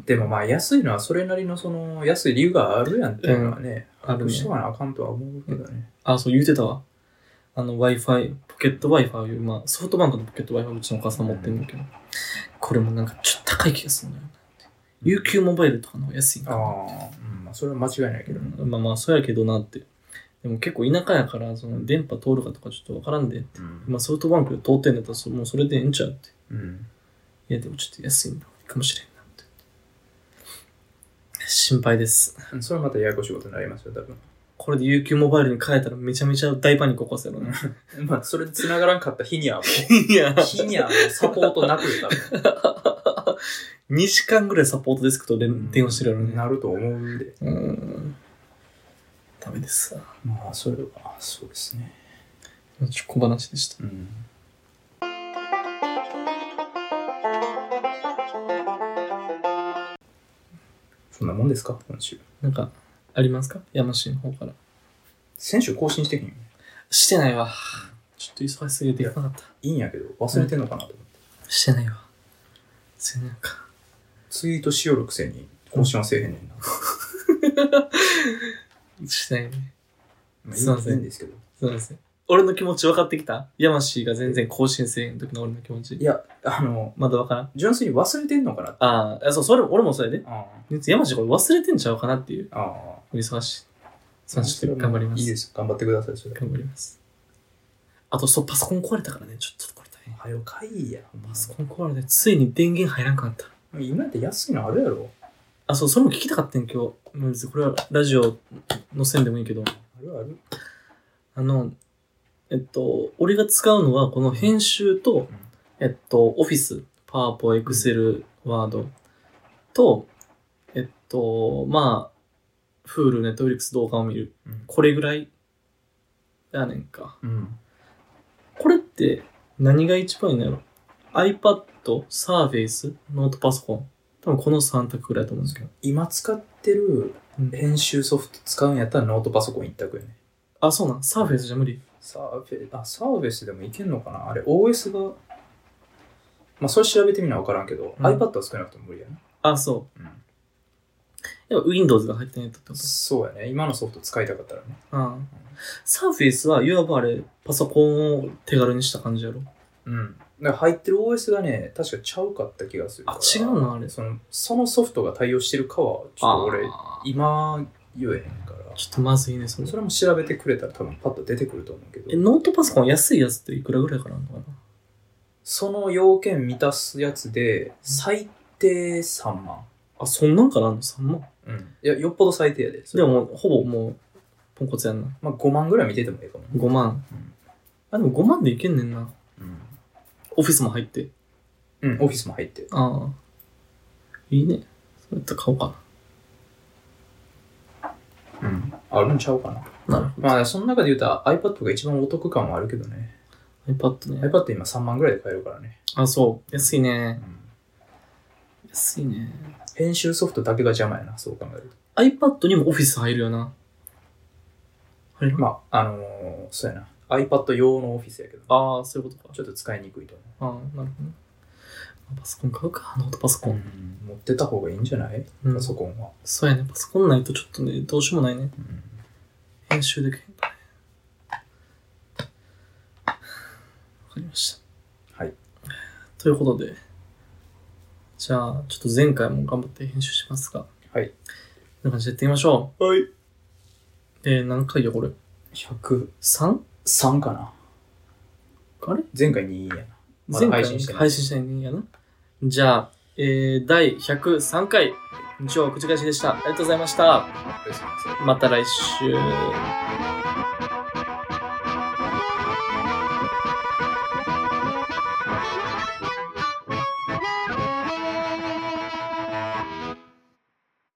S2: でもまあ安いのはそれなりのその安い理由があるやんっていうのはね、
S1: うんあるね
S2: しとかなあかんとは思うけどね。
S1: あ、そう言うてたわ。あの Wi-Fi、ポケット Wi-Fi を今、ソフトバンクのポケット Wi-Fi うちのお母さん持ってんだけど、これもなんかちょっと高い気がするんだよね。UQ モバイルとかの方が安いんか
S2: あ
S1: な。
S2: あ、うん、まあそれは間違いないけど。
S1: うんまあまあ、そうやけどなって。でも結構田舎やから、その電波通るかとかちょっとわからんで、
S2: うん。
S1: まあソフトバンクで通ってんだったらそもうそれでええんちゃうって。
S2: うん。
S1: いや、でもちょっと安いのかもしれんなって。心配です。
S2: それはまたややこしいことになりますよ、多分。
S1: これで UQ モバイルに変えたらめちゃめちゃ大パニック起こすや (laughs) ろな。
S2: (laughs) まあ、それで繋がらんかった日にはも (laughs)
S1: いや
S2: う、日にはもうサポートなくよ、多分。
S1: 2時間ぐらいサポートデスクと連電話してるやろね。
S2: なると思うんで。
S1: うーん。ダメです。
S2: まあ、それは、そうですね。
S1: ちょ小話でした。
S2: うん。そんなもんですか、今週。
S1: なんか、ありますか山氏の方から。
S2: 先週更新してへんよね
S1: してないわ。ちょっと忙しすぎてやばかった。
S2: いいんやけど、忘れてんのかなと思って。
S1: してないわ。それなんか。
S2: ツイートしよるくせに、更新はせえへんねんな。
S1: してないね。
S2: まあ
S1: すいません
S2: いいんですけど。
S1: そうですね。俺の気持ち分かってきたヤマシーが全然更新せえへん時の俺の気持ち
S2: い。や、あの、
S1: まだ分からん。
S2: 純粋に忘れてんのかなって。
S1: あーあ、そう、それ、俺もそれで。
S2: あ
S1: ヤマシーこれ忘れてんちゃうかなっていう。
S2: あ。ああ。
S1: 忙しい。さあ、ちょっと頑張ります。
S2: いいです。頑張ってください、それ。
S1: 頑張ります。あと、そう、パソコン壊れたからね。ちょっとこれ大変。
S2: はよかいや。
S1: パソコン壊れて、ついに電源入らんかった。
S2: 今って安いのあるやろ。
S1: あ、そう、それも聞きたかったん今日。もう別にこれはラジオの線でもいいけど。
S2: あるある。
S1: あの、えっと、俺が使うのは、この編集と、えっと、オフィス、パワーポ、エクセル、ワードと、えっと、まあ、フール、ネットフリックス動画を見る。
S2: うん
S1: これぐらいやねんか。
S2: うん。
S1: これって何が一番いいのやろ ?iPad、Surface、ノートパソコン。多分この3択ぐらいだと思うんですけど。
S2: 今使ってる
S1: うん
S2: 編集ソフト使うんやったらノートパソコン一択やね。
S1: あ、そうなん ?Surface じゃ無理。
S2: サーフェ、あ、サーベスでもいけんのかなあれ、OS が、まあ、それ調べてみなわからんけど、
S1: うん
S2: iPad は少なくとも無理やな。
S1: あ、そうう。やっぱ Windows が入ってないとってこと
S2: そうやね。今のソフト使いたかったらね。
S1: ああ。サーフェイスは、いわばあれ、パソコンを手軽にした感じやろ。
S2: うん。だから入ってる OS がね、確かちゃうかった気がするから。
S1: あ違うのあれ
S2: その、そのソフトが対応してるかは、ちょっと俺、
S1: ああ
S2: 今言えへんから。
S1: ちょっとまずいね、それ
S2: そ。れも調べてくれたら多分パッと出てくると思うけ
S1: え、
S2: ど、
S1: ノートパソコン安いやつっていくらぐらいからなのかな
S2: その要件満たすやつで、最低3万。
S1: あ、そんなんかなの ?3 万。
S2: うん。いや、よっぽど最低やで。そ
S1: で
S2: れ
S1: ももう、ほぼもう、ポンコツやんな。
S2: まあ、5万ぐらい見ててもいいかもね。
S1: 5万。
S2: うん
S1: あ、でも5万でいけんねんな。オフィスも入って。
S2: うん、オフィスも入ってる。
S1: ああ。いいね。そうやったら買おうか
S2: うん。あるんちゃうかな。
S1: な。なるほど。
S2: まあ、その中で言うと iPad が一番お得感はあるけどね。
S1: iPad ね。
S2: iPad 今3万ぐらいで買えるからね。
S1: あ、そう。安いね。
S2: ん
S1: 安いね。
S2: 編集ソフトだけが邪魔やな、そう考える
S1: iPad にもオフィス入るよな。入る
S2: と。まあ、あのー、そうやな。iPad 用のオフィスやけど、
S1: ああ、そういうことか。
S2: ちょっと使いにくいと思
S1: ああ、なるほどね。パソコン買うか、ノートパソコ
S2: う。
S1: ン。
S2: 持ってた方がいいんじゃない
S1: うん
S2: パソコンは。
S1: そうやね、パソコンないとちょっとね、どうしようもないね。編集できへんからね。わかりました。
S2: はい。
S1: ということで、じゃあ、ちょっと前回も頑張って編集しますが、こ
S2: はい。
S1: んな感じでやってみましょ
S2: はい。
S1: う。で、何回よ、これ。
S2: 103
S1: 3?
S2: かな。
S1: あれ
S2: 前回2位やな。まだ
S1: 前回
S2: 配信してない
S1: 配信してないんやな。じゃあ、えー、第103回、日曜口返しでした。ありがとうございました。
S2: ありがとうございます
S1: また来週。